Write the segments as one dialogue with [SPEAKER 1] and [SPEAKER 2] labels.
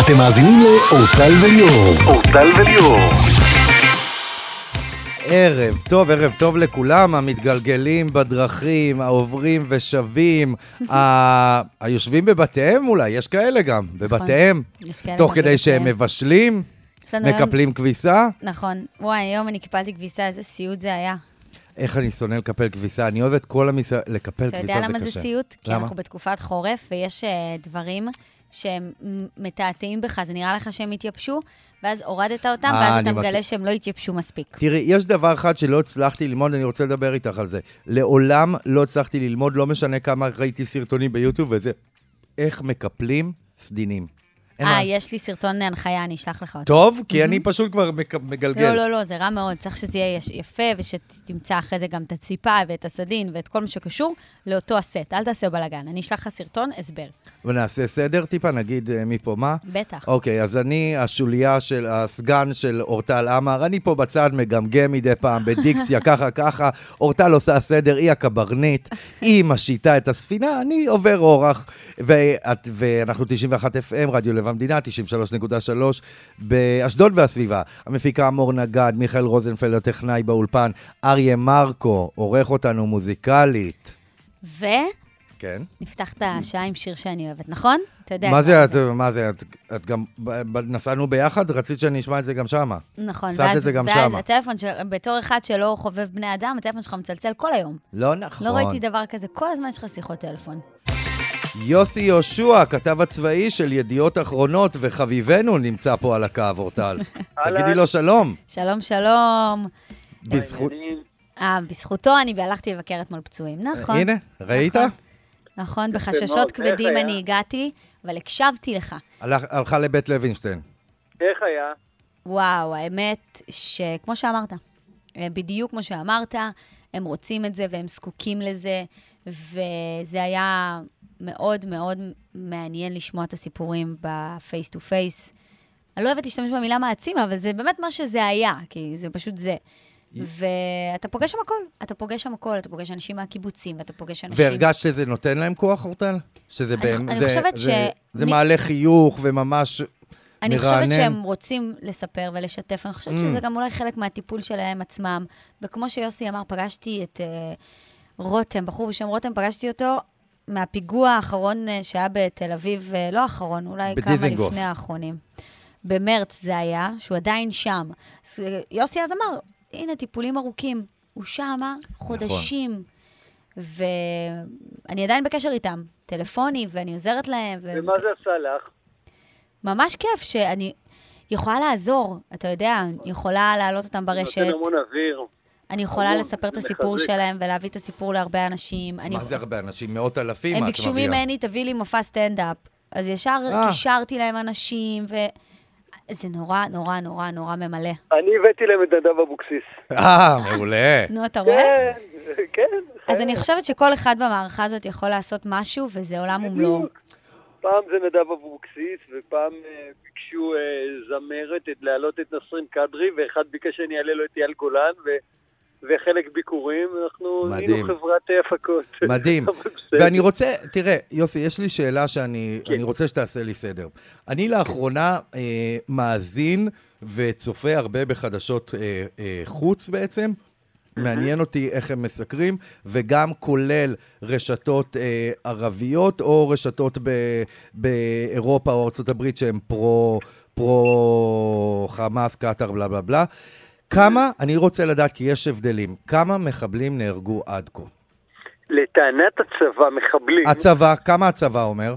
[SPEAKER 1] אתם מאזינים לאורטל וליאור. אורטל וליאור.
[SPEAKER 2] ערב טוב, ערב טוב לכולם, המתגלגלים בדרכים, העוברים ושבים, ה... היושבים בבתיהם אולי, יש כאלה גם, בבתיהם,
[SPEAKER 3] נכון, יש כאלה
[SPEAKER 2] תוך
[SPEAKER 3] גם
[SPEAKER 2] כדי שהם
[SPEAKER 3] בבתיהם.
[SPEAKER 2] מבשלים,
[SPEAKER 3] יש לנו היום-
[SPEAKER 2] מקפלים כביסה.
[SPEAKER 3] נכון. וואי, היום אני קיפלתי כביסה, איזה סיוט זה היה.
[SPEAKER 2] איך אני שונא לקפל כביסה, אני אוהב את כל המס... לקפל
[SPEAKER 3] אתה
[SPEAKER 2] כביסה זה קשה.
[SPEAKER 3] יודע למה זה סיוט? כי
[SPEAKER 2] למה?
[SPEAKER 3] אנחנו בתקופת חורף, ויש אה, דברים שהם מתעתעים בך, זה נראה לך שהם התייבשו, ואז הורדת אותם,
[SPEAKER 2] אה,
[SPEAKER 3] ואז
[SPEAKER 2] אני
[SPEAKER 3] אתה
[SPEAKER 2] מכיר.
[SPEAKER 3] מגלה שהם לא התייבשו מספיק.
[SPEAKER 2] תראי, יש דבר אחד שלא הצלחתי ללמוד, אני רוצה לדבר איתך על זה. לעולם לא הצלחתי ללמוד, לא משנה כמה ראיתי סרטונים ביוטיוב וזה, איך מקפלים סדינים. אין
[SPEAKER 3] אה,
[SPEAKER 2] מה-
[SPEAKER 3] יש לי סרטון הנחיה, אני אשלח לך אותו.
[SPEAKER 2] טוב, כי אני פשוט כבר מק- מגלגל.
[SPEAKER 3] לא, לא, לא, זה רע מאוד. צריך שזה יהיה יש- יפה, ושתמצא אחרי זה גם את הציפה ואת הסדין ואת כל מה שקשור לאותו הסט. אל תעשה בלאגן. אני אשלח לך סרטון, הסבר.
[SPEAKER 2] ונעשה סדר טיפה, נגיד אה, מפה מה?
[SPEAKER 3] בטח.
[SPEAKER 2] אוקיי, אז אני השוליה של הסגן של אורטל עמר, אני פה בצד מגמגם מדי פעם בדיקציה, ככה ככה, אורטל עושה סדר, היא הקברניט, היא משיתה את הספינה, אני עובר אורח. ואת, ואנחנו 91 FM, רדיו לב המדינה, 93.3 באשדוד והסביבה. המפיקה מור נגד, מיכאל רוזנפלד הטכנאי באולפן, אריה מרקו, עורך אותנו מוזיקלית.
[SPEAKER 3] ונפתח
[SPEAKER 2] כן.
[SPEAKER 3] את השעה עם שיר שאני אוהבת, נכון? אתה יודע.
[SPEAKER 2] מה זה, את, מה זה, את, את גם, ב- ב- נסענו ביחד, רצית שאני אשמע את זה גם שמה.
[SPEAKER 3] נכון.
[SPEAKER 2] שמת את
[SPEAKER 3] ואז-
[SPEAKER 2] זה גם
[SPEAKER 3] ואז
[SPEAKER 2] שמה.
[SPEAKER 3] הטלפון, של- בתור אחד שלא חובב בני אדם, הטלפון שלך מצלצל כל היום.
[SPEAKER 2] לא נכון.
[SPEAKER 3] לא ראיתי דבר כזה, כל הזמן יש לך שיחות טלפון.
[SPEAKER 2] יוסי יהושע, הכתב הצבאי של ידיעות אחרונות, וחביבנו נמצא פה על הקו, אורטל. תגידי לו שלום.
[SPEAKER 3] שלום, שלום. נכון.
[SPEAKER 2] בזכות...
[SPEAKER 3] אה, בזכותו אני הלכתי לבקר אתמול פצועים, נכון.
[SPEAKER 2] אה, הנה, ראית?
[SPEAKER 3] נכון. נכון, בחששות
[SPEAKER 4] מאוד,
[SPEAKER 3] כבדים
[SPEAKER 4] איך היה?
[SPEAKER 3] אני הגעתי, אבל הקשבתי לך.
[SPEAKER 2] הלך- הלכה לבית לוינשטיין.
[SPEAKER 3] נכון.
[SPEAKER 4] איך היה?
[SPEAKER 3] וואו, האמת שכמו שאמרת, אה, בדיוק כמו שאמרת, הם רוצים את זה והם זקוקים לזה, וזה היה מאוד מאוד מעניין לשמוע את הסיפורים בפייס טו פייס. אני לא אוהבת להשתמש במילה מעצים, אבל זה באמת מה שזה היה, כי זה פשוט זה. ואתה פוגש שם הכל, אתה פוגש שם הכל, אתה פוגש אנשים מהקיבוצים, ואתה פוגש אנשים...
[SPEAKER 2] והרגשת שזה נותן להם כוח, אורטל? שזה
[SPEAKER 3] אני-
[SPEAKER 2] באמת...
[SPEAKER 3] אני
[SPEAKER 2] זה-
[SPEAKER 3] חושבת
[SPEAKER 2] זה-
[SPEAKER 3] ש-
[SPEAKER 2] זה
[SPEAKER 3] מי-
[SPEAKER 2] מעלה חיוך וממש
[SPEAKER 3] אני חושבת
[SPEAKER 2] מרענן. Mm.
[SPEAKER 3] שהם רוצים לספר ולשתף, אני חושבת שזה גם אולי חלק מהטיפול שלהם עצמם. וכמו שיוסי אמר, פגשתי את אה, רותם, בחור בשם רותם, פגשתי אותו מהפיגוע האחרון אה, שהיה בתל אביב, אה, לא האחרון, אולי כמה
[SPEAKER 2] בדיזנגוף.
[SPEAKER 3] לפני האחרונים. במרץ זה היה, שהוא עדיין שם. אז, אה, יוסי אז אמר, הנה, טיפולים ארוכים. הוא שמה
[SPEAKER 2] נכון.
[SPEAKER 3] חודשים. ואני עדיין בקשר איתם, טלפוני, ואני עוזרת להם. ו-
[SPEAKER 4] ומה זה עשה לך?
[SPEAKER 3] ממש כיף שאני יכולה לעזור, אתה יודע, אני יכולה להעלות אותם ברשת,
[SPEAKER 4] נותן המון אוויר.
[SPEAKER 3] אני יכולה
[SPEAKER 4] המון,
[SPEAKER 3] לספר את
[SPEAKER 4] מחזק.
[SPEAKER 3] הסיפור שלהם ולהביא את הסיפור להרבה אנשים. אני-
[SPEAKER 2] מה זה הרבה אנשים? מאות אלפים את
[SPEAKER 3] הם
[SPEAKER 2] מביאה.
[SPEAKER 3] ביקשו ממני, תביא לי מופע סטנדאפ. אז ישר
[SPEAKER 2] אה.
[SPEAKER 3] קישרתי להם אנשים, ו... זה נורא, נורא, נורא, נורא ממלא.
[SPEAKER 4] אני הבאתי להם את נדב אבוקסיס.
[SPEAKER 2] אה, מעולה.
[SPEAKER 3] נו, אתה רואה?
[SPEAKER 4] כן, כן.
[SPEAKER 3] אז אני חושבת שכל אחד במערכה הזאת יכול לעשות משהו, וזה עולם ומלואו.
[SPEAKER 4] פעם זה נדב אבוקסיס, ופעם אה, ביקשו אה, זמרת את- להעלות את נסרין קדרי, ואחד ביקש שאני אעלה לו את אייל גולן, ו... וחלק ביקורים, אנחנו
[SPEAKER 2] מדהים.
[SPEAKER 4] היינו חברת אה, הפקות.
[SPEAKER 2] מדהים.
[SPEAKER 4] אבל בסדר. כן.
[SPEAKER 2] ואני רוצה, תראה, יוסי, יש לי שאלה שאני אני רוצה שתעשה לי סדר. אני לאחרונה אה, מאזין וצופה הרבה בחדשות אה, אה, חוץ בעצם. מעניין אותי איך הם מסקרים, וגם כולל רשתות אה, ערביות או רשתות ב, באירופה או ארה"ב שהן פרו, פרו חמאס, קטאר, בלה בלה בלה. כמה, אני רוצה לדעת, כי יש הבדלים, כמה מחבלים נהרגו עד כה?
[SPEAKER 4] לטענת הצבא, מחבלים,
[SPEAKER 2] הצבא, כמה הצבא אומר?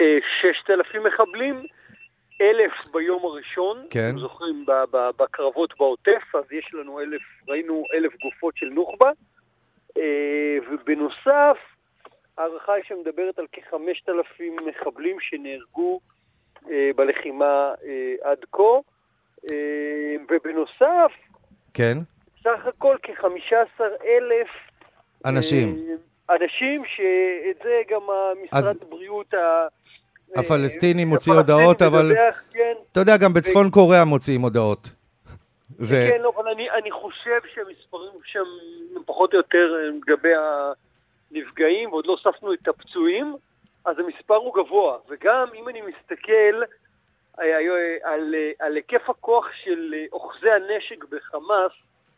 [SPEAKER 4] אה, 6,000 מחבלים, 1,000 ביום הראשון.
[SPEAKER 2] כן.
[SPEAKER 4] אתם זוכרים, ב- ב- בקרבות בעוטף, אז יש לנו 1,000, ראינו 1,000 גופות של נוח'בה. אה, ובנוסף, הערכה היא שמדברת על כ-5,000 מחבלים שנהרגו אה, בלחימה אה, עד כה. אה, ובנוסף,
[SPEAKER 2] כן.
[SPEAKER 4] סך הכל כ-15,000
[SPEAKER 2] אנשים.
[SPEAKER 4] אה, אנשים שאת זה גם
[SPEAKER 2] אז-
[SPEAKER 4] המשרד הבריאות ה... אה,
[SPEAKER 2] הפלסטינים מוציא
[SPEAKER 4] הפלסטינים
[SPEAKER 2] הודעות, אבל-
[SPEAKER 4] מדווח, כן,
[SPEAKER 2] אתה יודע, גם בצפון קוריאה מוציאים הודעות. זה...
[SPEAKER 4] כן, לא, אבל אני, אני חושב שהמספרים שם הם פחות או יותר אה, לגבי הנפגעים, ועוד לא הוספנו את הפצועים, אז המספר הוא גבוה. וגם אם אני מסתכל היו- על, אה, על היקף הכוח של אה, אוחזי הנשק בחמאס,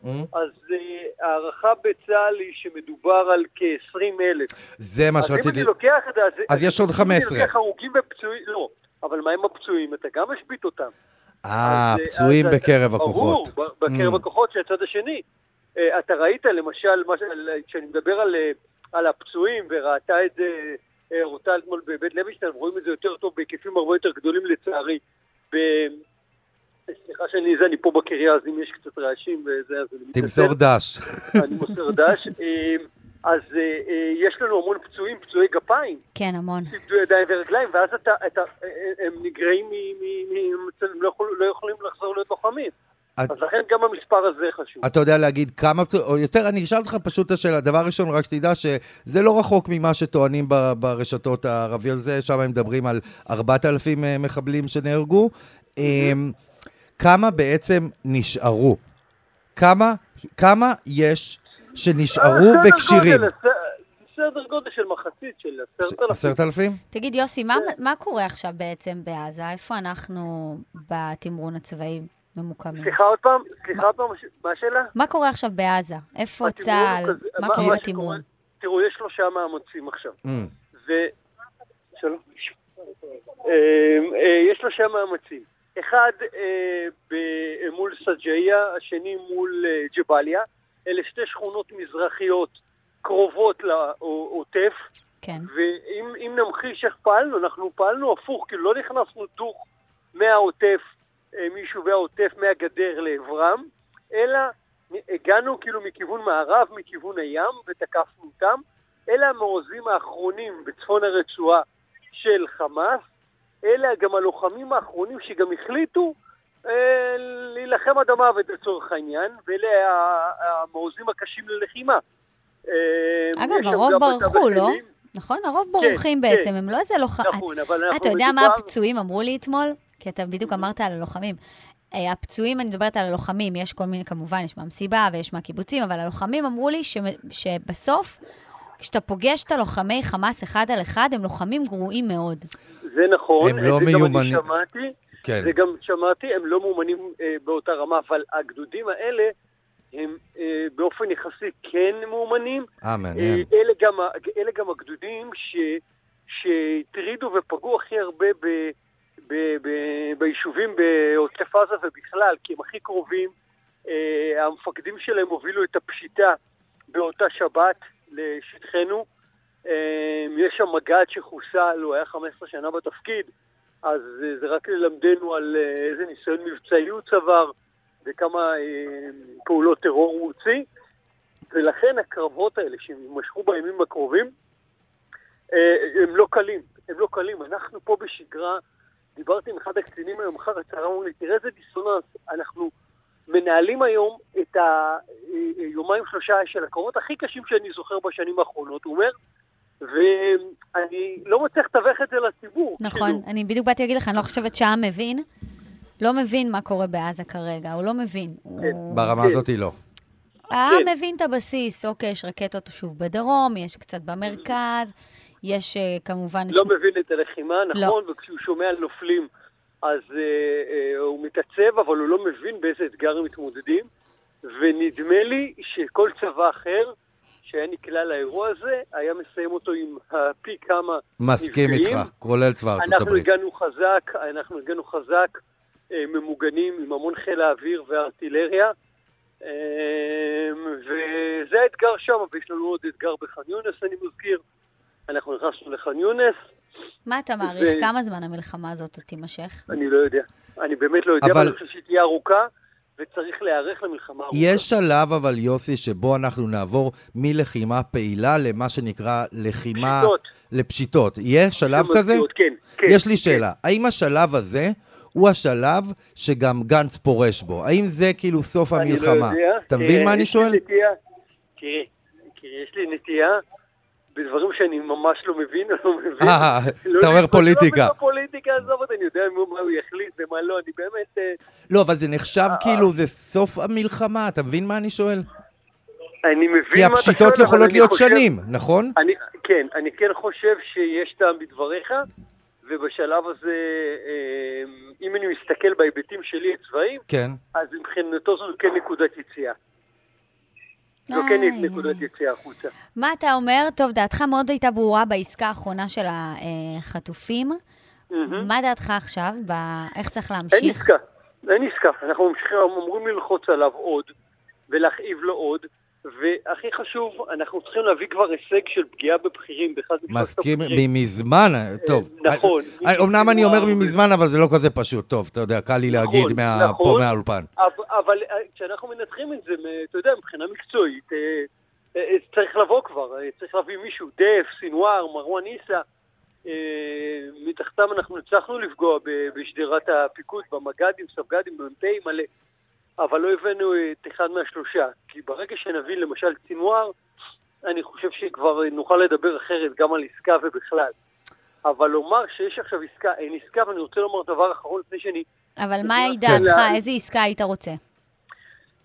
[SPEAKER 2] אה?
[SPEAKER 4] אז אה, הערכה בצה"ל היא שמדובר על כ-20 אלף.
[SPEAKER 2] זה מה
[SPEAKER 4] אז אם
[SPEAKER 2] שרציתי...
[SPEAKER 4] אני לא- לוקח את זה...
[SPEAKER 2] אז יש עוד 15.
[SPEAKER 4] אם אני לוקח הרוגים ופצועים, לא. אבל מה עם הפצועים? אתה גם משבית אותם.
[SPEAKER 2] אה,
[SPEAKER 4] אז,
[SPEAKER 2] פצועים
[SPEAKER 4] אז אתה-
[SPEAKER 2] בקרב הכוחות.
[SPEAKER 4] ברור, ב- בקרב
[SPEAKER 2] Mm.
[SPEAKER 4] הכוחות של הצד השני. אה, אתה ראית למשל, מה ש- על- כשאני מדבר על, אה, על הפצועים, וראתה את זה אה, רוטל אתמול בבית לוינשטיין, רואים את זה יותר טוב בהיקפים הרבה יותר גדולים לצערי. ב... סליחה שאני זה, אני פה בקריה, אז אם יש קצת רעשים וזה, אז אני מתנצל.
[SPEAKER 2] תמסור דש.
[SPEAKER 4] אני מוסר דש. אה, אז אה, אה, יש לנו המון פצועים, פצועי גפיים.
[SPEAKER 3] כן, המון.
[SPEAKER 4] איבדו ידיים ורגליים, ואז אתה, אתה, אה, הם נגרעים, מ- מ- מ- הם לא, יכול, לא יכולים לחזור להיות לוחמים.
[SPEAKER 2] את-
[SPEAKER 4] אז לכן גם המספר הזה חשוב.
[SPEAKER 2] אתה יודע להגיד כמה פצועים, או יותר, אני אשאל אותך פשוט את השאלה. דבר ראשון, רק שתדע שזה לא רחוק ממה שטוענים ב- ברשתות הערביות, זה, שם הם מדברים על 4,000 אה, מחבלים שנהרגו. אה, כמה בעצם נשארו? כמה, כמה יש שנשארו
[SPEAKER 4] אה, סדר גודל,
[SPEAKER 2] וכשירים?
[SPEAKER 4] הס- סדר גודל של מחצית של לא עשרת אלפים.
[SPEAKER 2] 10,000?
[SPEAKER 3] תגיד, יוסי, מה, מה קורה עכשיו בעצם בעזה? איפה אנחנו בתמרון הצבאי ממוקמים?
[SPEAKER 4] סליחה עוד פעם, סליחה עוד פעם, מה השאלה?
[SPEAKER 3] מה קורה עכשיו בעזה? איפה
[SPEAKER 4] התמרון הוא
[SPEAKER 3] צה"ל?
[SPEAKER 4] כזה-
[SPEAKER 3] מה
[SPEAKER 4] מה
[SPEAKER 3] קורה
[SPEAKER 4] שקורה-
[SPEAKER 3] בתמרון?
[SPEAKER 4] תראו, יש שלושה מאמצים עכשיו.
[SPEAKER 2] אה,
[SPEAKER 4] ו... שלום. אמ, אה, יש לו שם מאמצים. אחד אה, ב- מול סג'איה, השני מול אה, ג'באליה. אלה שתי שכונות מזרחיות קרובות לעוטף,
[SPEAKER 3] כן.
[SPEAKER 4] ואם אם נמחיש איך פעלנו, אנחנו פעלנו הפוך, כאילו לא נכנסנו דוך מהעוטף, אה, מיישובי העוטף, מהגדר לעברם, אלא הגענו כאילו מכיוון מערב, מכיוון הים, ותקפנו אותם. אלה המעוזים האחרונים בצפון הרצועה של חמאס, אלה גם הלוחמים האחרונים שגם החליטו אה, להילחם עד המוות לצורך העניין, ואלה ה- המעוזים הקשים ללחימה. אה, יש
[SPEAKER 3] אגב,
[SPEAKER 4] שם
[SPEAKER 3] הרוב
[SPEAKER 4] גם בצד
[SPEAKER 3] ברחו, לא?
[SPEAKER 4] השני-
[SPEAKER 3] נכון? הרוב
[SPEAKER 4] כן.
[SPEAKER 3] בורחים בעצם, הם לא איזה לוחמים.
[SPEAKER 4] נכון, אבל אנחנו
[SPEAKER 3] אתה יודע מה
[SPEAKER 4] מדובר-
[SPEAKER 3] הפצועים אמרו לי אתמול? כי אתה בדיוק אמרת על הלוחמים. אה, הפצועים, אני מדברת על הלוחמים, יש כל מיני, כמובן, יש מהמסיבה ויש מהקיבוצים, אבל הלוחמים אמרו לי שמ- שבסוף, כשאתה פוגש את הלוחמי חמאס אחד על אחד, הם לוחמים גרועים מאוד.
[SPEAKER 4] זה נכון,
[SPEAKER 2] הם לא
[SPEAKER 4] זה
[SPEAKER 2] מיומנים.
[SPEAKER 4] גם אני שמעתי,
[SPEAKER 2] כן.
[SPEAKER 4] זה גם שמעתי, הם לא מאומנים אה, באותה רמה, אבל הגדודים האלה הם אה, באופן יחסי כן מאומנים.
[SPEAKER 2] אה,
[SPEAKER 4] אה,
[SPEAKER 2] מעניין.
[SPEAKER 4] אלה גם, ה- אלה גם הגדודים ש, שהטרידו ופגעו הכי הרבה ב, ב, ב, ביישובים בעוטף עזה ובכלל, כי הם הכי קרובים. אה, המפקדים שלהם הובילו את הפשיטה באותה שבת לשטחנו. אה, יש שם מג"ד שחוסל, הוא היה 15 שנה בתפקיד, אז אה, זה רק ללמדנו על אה, איזה ניסיון מבצעי הוא צבר וכמה אה, פעולות טרור הוא הוציא. ולכן הקרבות האלה שיימשכו בימים הקרובים, אה, הם לא קלים. הם לא קלים. אנחנו פה בשגרה, דיברתי עם אחד הקצינים היום אחר הצהריים, אמרו לי, תראה איזה דיסוננס, אנחנו מנהלים היום את היומיים שלושה של הקרבות הכי קשים שאני זוכר בשנים האחרונות, הוא אומר, ואני לא מצליח לתווך את זה לציבור.
[SPEAKER 3] נכון,
[SPEAKER 4] כאילו,
[SPEAKER 3] אני בדיוק באתי להגיד לך, אני לא חושבת שהעם מבין. לא מבין מה קורה בעזה כרגע, הוא לא מבין.
[SPEAKER 4] אה,
[SPEAKER 3] הוא-
[SPEAKER 2] ברמה הזאת לא.
[SPEAKER 3] העם אה,
[SPEAKER 4] כן.
[SPEAKER 3] מבין את הבסיס, אוקיי, יש רקטות שוב בדרום, יש קצת במרכז, יש אה, כמובן... את
[SPEAKER 4] לא
[SPEAKER 3] שמ-
[SPEAKER 4] מבין את הלחימה, נכון, וכשהוא שומע על נופלים אז אה, אה, הוא מתעצב, אבל הוא לא מבין באיזה אתגר הם מתמודדים. ונדמה לי שכל צבא אחר שהיה נקלע לאירוע הזה, היה מסיים אותו עם אה, פי כמה
[SPEAKER 2] מסכים
[SPEAKER 4] נפגעים.
[SPEAKER 2] איתך, כולל צבא ארצות
[SPEAKER 4] אנחנו
[SPEAKER 2] הברית.
[SPEAKER 4] הגענו חזק, אנחנו הגענו חזק, אה, ממוגנים עם המון חיל האוויר והארטילריה. אה, וזה האתגר שם, ויש לנו עוד אתגר בח'אן יונס, אני מזכיר. אנחנו נכנסנו לח'אן יונס,
[SPEAKER 3] מה אתה מעריך?
[SPEAKER 4] זה-
[SPEAKER 3] כמה זמן המלחמה הזאת עוד תימשך?
[SPEAKER 4] אני לא יודע. אני באמת לא יודע,
[SPEAKER 2] אבל-
[SPEAKER 4] אבל אני חושב שהיא תהיה ארוכה, וצריך להיערך למלחמה ארוכה.
[SPEAKER 2] יש שלב אבל, יוסי, שבו אנחנו נעבור מלחימה פעילה למה שנקרא לחימה...
[SPEAKER 4] פשיטות.
[SPEAKER 2] לפשיטות. יהיה שלב
[SPEAKER 4] גם
[SPEAKER 2] כזה?
[SPEAKER 4] מציאות, כן, כן.
[SPEAKER 2] יש לי שאלה, האם השלב הזה הוא השלב שגם גנץ פורש בו? האם זה כאילו סוף
[SPEAKER 4] אני לא
[SPEAKER 2] המלחמה?
[SPEAKER 4] יודע.
[SPEAKER 2] אתה
[SPEAKER 4] תראה,
[SPEAKER 2] מבין מה אני
[SPEAKER 4] יש לי
[SPEAKER 2] שואל?
[SPEAKER 4] נטייה- תראה, תראה, יש לי נטייה בדברים שאני ממש לא מבין, לא מבין.
[SPEAKER 2] אה,
[SPEAKER 4] לא
[SPEAKER 2] אתה אומר
[SPEAKER 4] להתבטא
[SPEAKER 2] פוליטיקה.
[SPEAKER 4] בפוליטיקה, עזוב אותי, אני יודע מה הוא יחליט ומה לא, אני באמת... אה,
[SPEAKER 2] לא, אבל זה נחשב כאילו זה סוף המלחמה, אתה מבין מה אני שואל?
[SPEAKER 4] אני מבין מה אתה
[SPEAKER 2] כי
[SPEAKER 4] שואל,
[SPEAKER 2] הפשיטות
[SPEAKER 4] אבל
[SPEAKER 2] יכולות
[SPEAKER 4] אני
[SPEAKER 2] להיות
[SPEAKER 4] חושב-
[SPEAKER 2] שנים, נכון?
[SPEAKER 4] אני, כן, אני כן חושב שיש טעם בדבריך, ובשלב הזה, אה, אם אני מסתכל בהיבטים שלי הצבאיים,
[SPEAKER 2] כן.
[SPEAKER 4] אז מבחינתו זו כן נקודת יציאה. זו כן
[SPEAKER 3] איי.
[SPEAKER 4] נקודת יציאה החוצה.
[SPEAKER 3] מה אתה אומר? טוב, דעתך מאוד הייתה ברורה בעסקה האחרונה של החטופים. מה דעתך עכשיו? ב- איך צריך להמשיך?
[SPEAKER 4] אין עסקה, אין עסקה. אנחנו ממשיכים, אמורים ללחוץ עליו עוד, ולהכאיב לו עוד, והכי חשוב, אנחנו צריכים להביא כבר הישג של פגיעה בבכירים, באחד משלושת
[SPEAKER 2] מסכים
[SPEAKER 4] הבכירים.
[SPEAKER 2] ממזמן, טוב.
[SPEAKER 4] לא נכון.
[SPEAKER 2] אני- אומנם אה, אני אומר ממזמן, אבל זה לא כזה פשוט. טוב, אתה יודע, קל לי להגיד
[SPEAKER 4] נכון,
[SPEAKER 2] מה- פה
[SPEAKER 4] נכון.
[SPEAKER 2] מהאולפן.
[SPEAKER 4] אבל- אבל אה, כשאנחנו מנתחים את זה, מ- אתה יודע, מבחינה מקצועית, אה, אה, אה, צריך לבוא כבר, אה, צריך להביא מישהו, דף, סינואר, מרואן עיסא. אה, מתחתם אנחנו הצלחנו לפגוע ב- בשדרת הפיקוד, במג"דים, סמג"דים, במ"פים מלא, אבל לא הבאנו את אחד מהשלושה. כי ברגע שנביא למשל סינואר, אני חושב שכבר אה, נוכל לדבר אחרת גם על עסקה ובכלל. אבל לומר שיש עכשיו עסקה, אין עסקה, ואני רוצה לומר דבר אחרון לפני שאני
[SPEAKER 3] אבל מה היא
[SPEAKER 4] כן.
[SPEAKER 3] דעתך?
[SPEAKER 4] כן.
[SPEAKER 3] איזה עסקה היית רוצה?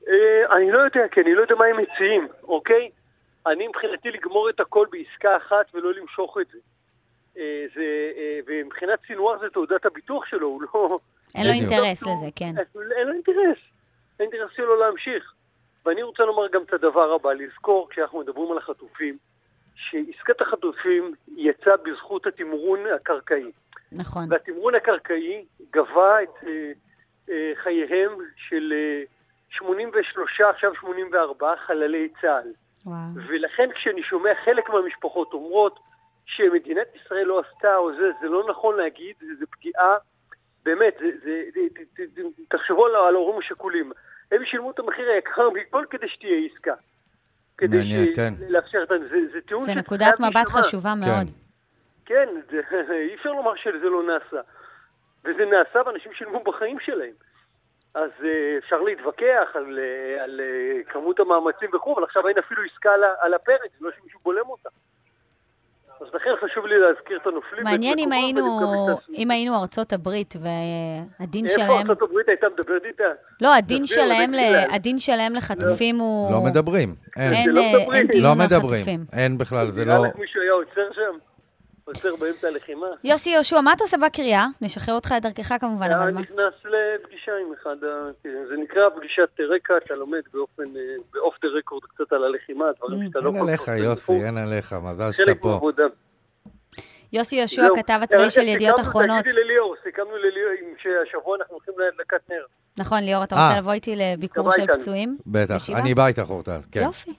[SPEAKER 4] אה, אני לא יודע, כי אני לא יודע מה הם מציעים, אוקיי? אני מבחינתי לגמור את הכל בעסקה אחת ולא למשוך את זה. אה, זה אה, ומבחינת סינואר זה תעודת הביטוח שלו, הוא לא...
[SPEAKER 3] אין לו
[SPEAKER 2] בדיוק.
[SPEAKER 3] אינטרס לזה, כן.
[SPEAKER 4] אין לו אינטרס. האינטרס שלו להמשיך. ואני רוצה לומר גם את הדבר הבא, לזכור כשאנחנו מדברים על החטופים, שעסקת החטופים יצאה בזכות התמרון הקרקעי.
[SPEAKER 3] נכון.
[SPEAKER 4] והתמרון הקרקעי גבה את אה, אה, חייהם של אה, 83, עכשיו 84 חללי צה"ל.
[SPEAKER 3] וואו.
[SPEAKER 4] ולכן כשאני שומע חלק מהמשפחות אומרות שמדינת ישראל לא עשתה או זה, זה לא נכון להגיד, זה, זה פגיעה, באמת, זה, זה, זה, ת- ת- ת- תחשבו על, על ההורים השכולים. הם שילמו את המחיר היקר מכל כדי שתהיה עסקה. כדי
[SPEAKER 2] מעניין,
[SPEAKER 4] ש-
[SPEAKER 2] כן.
[SPEAKER 4] לאפשר את ה- זה, זה טיעון
[SPEAKER 3] זה
[SPEAKER 4] שחייב
[SPEAKER 3] נקודת מבט
[SPEAKER 4] להישמע.
[SPEAKER 3] חשובה מאוד.
[SPEAKER 4] כן, זה, אי אפשר לומר שזה לא נעשה. וזה נעשה ואנשים שילמו בחיים שלהם. אז אה, אפשר להתווכח על, אה, על אה, כמות המאמצים וכו', אבל עכשיו אין אפילו עסקה על, ה- על הפרק, זה לא שמישהו בולם אותה. אז לכן חשוב לי להזכיר את הנופלים. ואת
[SPEAKER 3] מעניין אם
[SPEAKER 4] מקומם
[SPEAKER 3] היינו,
[SPEAKER 4] ולפגוע בהתעצמות.
[SPEAKER 3] אם היינו ארצות הברית והדין
[SPEAKER 4] איפה
[SPEAKER 3] שלהם...
[SPEAKER 4] ארצות הברית הייתה מדברת איתה?
[SPEAKER 3] לא, הדין
[SPEAKER 4] תסביר,
[SPEAKER 3] שלהם,
[SPEAKER 4] זה
[SPEAKER 3] ל-
[SPEAKER 4] בכלל.
[SPEAKER 3] הדין שלהם לחטופים הוא...
[SPEAKER 2] לא מדברים. אין.
[SPEAKER 3] אה, אין
[SPEAKER 4] לא
[SPEAKER 3] אה,
[SPEAKER 4] מדברים.
[SPEAKER 3] אין
[SPEAKER 2] לא
[SPEAKER 3] דיון על
[SPEAKER 2] מדברים.
[SPEAKER 3] חטופים.
[SPEAKER 2] אין בכלל, זה
[SPEAKER 4] נראה
[SPEAKER 2] לא...
[SPEAKER 4] לך מישהו היה עוצר שם? עוצר באמצע הלחימה?
[SPEAKER 3] יוסי יהושע, מה אתה עושה בקריה? נשחרר אותך את דרכך כמובן,
[SPEAKER 4] היה
[SPEAKER 3] אבל מה?
[SPEAKER 4] אה, נכנס לפגישה עם אחד, ה- כן, זה נקרא פגישת רקע, אתה לומד באופן, אה, באוף דה רקורד קצת על הלחימה,
[SPEAKER 3] Mm.
[SPEAKER 4] דברים שאתה לא
[SPEAKER 2] אין
[SPEAKER 4] כל
[SPEAKER 2] עליך,
[SPEAKER 4] כך עושה
[SPEAKER 2] יוסי,
[SPEAKER 4] בחוץ.
[SPEAKER 2] אין עליך, מזל שאתה
[SPEAKER 4] חלק
[SPEAKER 2] פה.
[SPEAKER 4] מעבודה.
[SPEAKER 3] יוסי יהושע,
[SPEAKER 4] זהו.
[SPEAKER 3] כתב
[SPEAKER 4] רגע,
[SPEAKER 3] הצבאי של ידיעות
[SPEAKER 4] סיכמנו,
[SPEAKER 3] אחרונות.
[SPEAKER 4] תגידי לליאור, סיכמנו לליאור עם שהשבוע אנחנו הולכים להדלקת נר.
[SPEAKER 3] נכון, ליאור, אתה
[SPEAKER 2] אה.
[SPEAKER 3] רוצה לבוא איתי לביקור
[SPEAKER 4] תבוא
[SPEAKER 3] של
[SPEAKER 4] איתנו.
[SPEAKER 3] פצועים?
[SPEAKER 2] בטח,
[SPEAKER 3] ישיבה?
[SPEAKER 2] אני בא איתך, אורטל. כן.
[SPEAKER 3] יופי.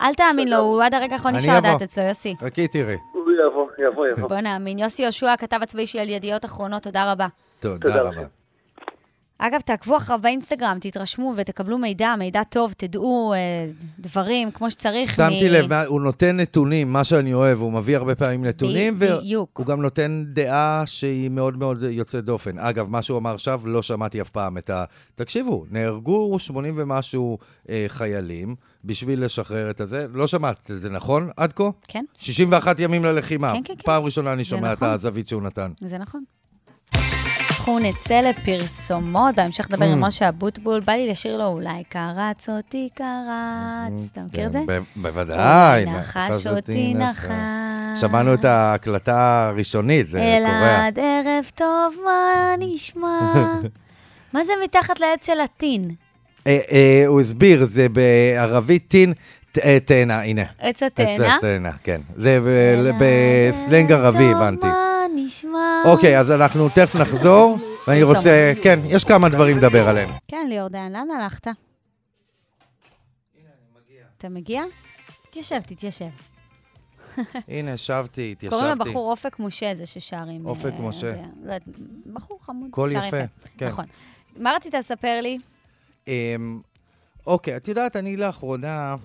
[SPEAKER 3] אל תאמין לו, הוא עד הרגע האחרון
[SPEAKER 2] אני
[SPEAKER 3] נשאר
[SPEAKER 2] אבוא.
[SPEAKER 3] לדעת אצלו, יוסי.
[SPEAKER 2] חכי, תראי.
[SPEAKER 4] הוא יבוא, יבוא, יבוא.
[SPEAKER 3] בוא נאמין. יוסי יהושע, הכתב הצבאי של ידיעות אחרונות, תודה רבה.
[SPEAKER 2] תודה
[SPEAKER 4] תודה
[SPEAKER 2] רבה.
[SPEAKER 4] לכם.
[SPEAKER 3] אגב, תעקבו אחריו באינסטגרם, תתרשמו ותקבלו מידע, מידע טוב, תדעו אה, דברים כמו שצריך.
[SPEAKER 2] שמתי
[SPEAKER 3] מ-
[SPEAKER 2] לב, מה- הוא נותן נתונים, מה שאני אוהב, הוא מביא הרבה פעמים נתונים,
[SPEAKER 3] בדיוק.
[SPEAKER 2] והוא גם נותן דעה שהיא מאוד מאוד יוצאת דופן. אגב, מה שהוא אמר עכשיו, לא שמעתי אף פעם את ה... תקשיבו, נהרגו 80 ומשהו אה, חיילים בשביל לשחרר את הזה, לא שמעת את זה, נכון? עד כה?
[SPEAKER 3] כן,
[SPEAKER 2] 61 ימים ללחימה.
[SPEAKER 3] כן, כן, כן.
[SPEAKER 2] פעם ראשונה אני
[SPEAKER 3] זה
[SPEAKER 2] שומע את
[SPEAKER 3] נכון.
[SPEAKER 2] הזווית שהוא נתן.
[SPEAKER 3] זה נכון. אנחנו נצא לפרסומות, בהמשך נדבר
[SPEAKER 2] Mm.
[SPEAKER 3] עם משה אבוטבול. בא לי לשיר לו אולי קרץ אותי קרץ. אתה מכיר את זה?
[SPEAKER 2] Mm-hmm. כן, ב- בוודאי.
[SPEAKER 3] נחש אותי נחש.
[SPEAKER 2] שמענו את ההקלטה הראשונית, זה קורע.
[SPEAKER 3] אלעד, ערב טוב, מה נשמע? מה זה מתחת לעץ של הטין?
[SPEAKER 2] אה, אה, הוא הסביר, זה בערבית טין, ת- אה, תאנה, הנה.
[SPEAKER 3] עץ התאנה?
[SPEAKER 2] עץ התאנה, כן. זה ב- בסלנג ערבי, הבנתי.
[SPEAKER 3] טוב, מה נשמע?
[SPEAKER 2] אוקיי, אז אנחנו תכף נחזור, ואני
[SPEAKER 3] פרסומת.
[SPEAKER 2] רוצה, כן, יש כמה דברים לדבר עליהם.
[SPEAKER 3] כן, ליאור דיין, לאן הלכת? הנה, אני מגיע. אתה מגיע? תתיישב, תתיישב.
[SPEAKER 2] הנה, שבתי,
[SPEAKER 3] קוראים
[SPEAKER 2] התיישבתי.
[SPEAKER 3] לבחור אופק משה, זה ששר עם...
[SPEAKER 2] אופק
[SPEAKER 3] אה,
[SPEAKER 2] משה.
[SPEAKER 3] זה- לא יודעת, בחור חמוד.
[SPEAKER 2] קול
[SPEAKER 3] שר
[SPEAKER 2] יפה, כן.
[SPEAKER 3] נכון. מה רצית לספר לי?
[SPEAKER 2] אמ, אוקיי, את יודעת, אני לאחרונה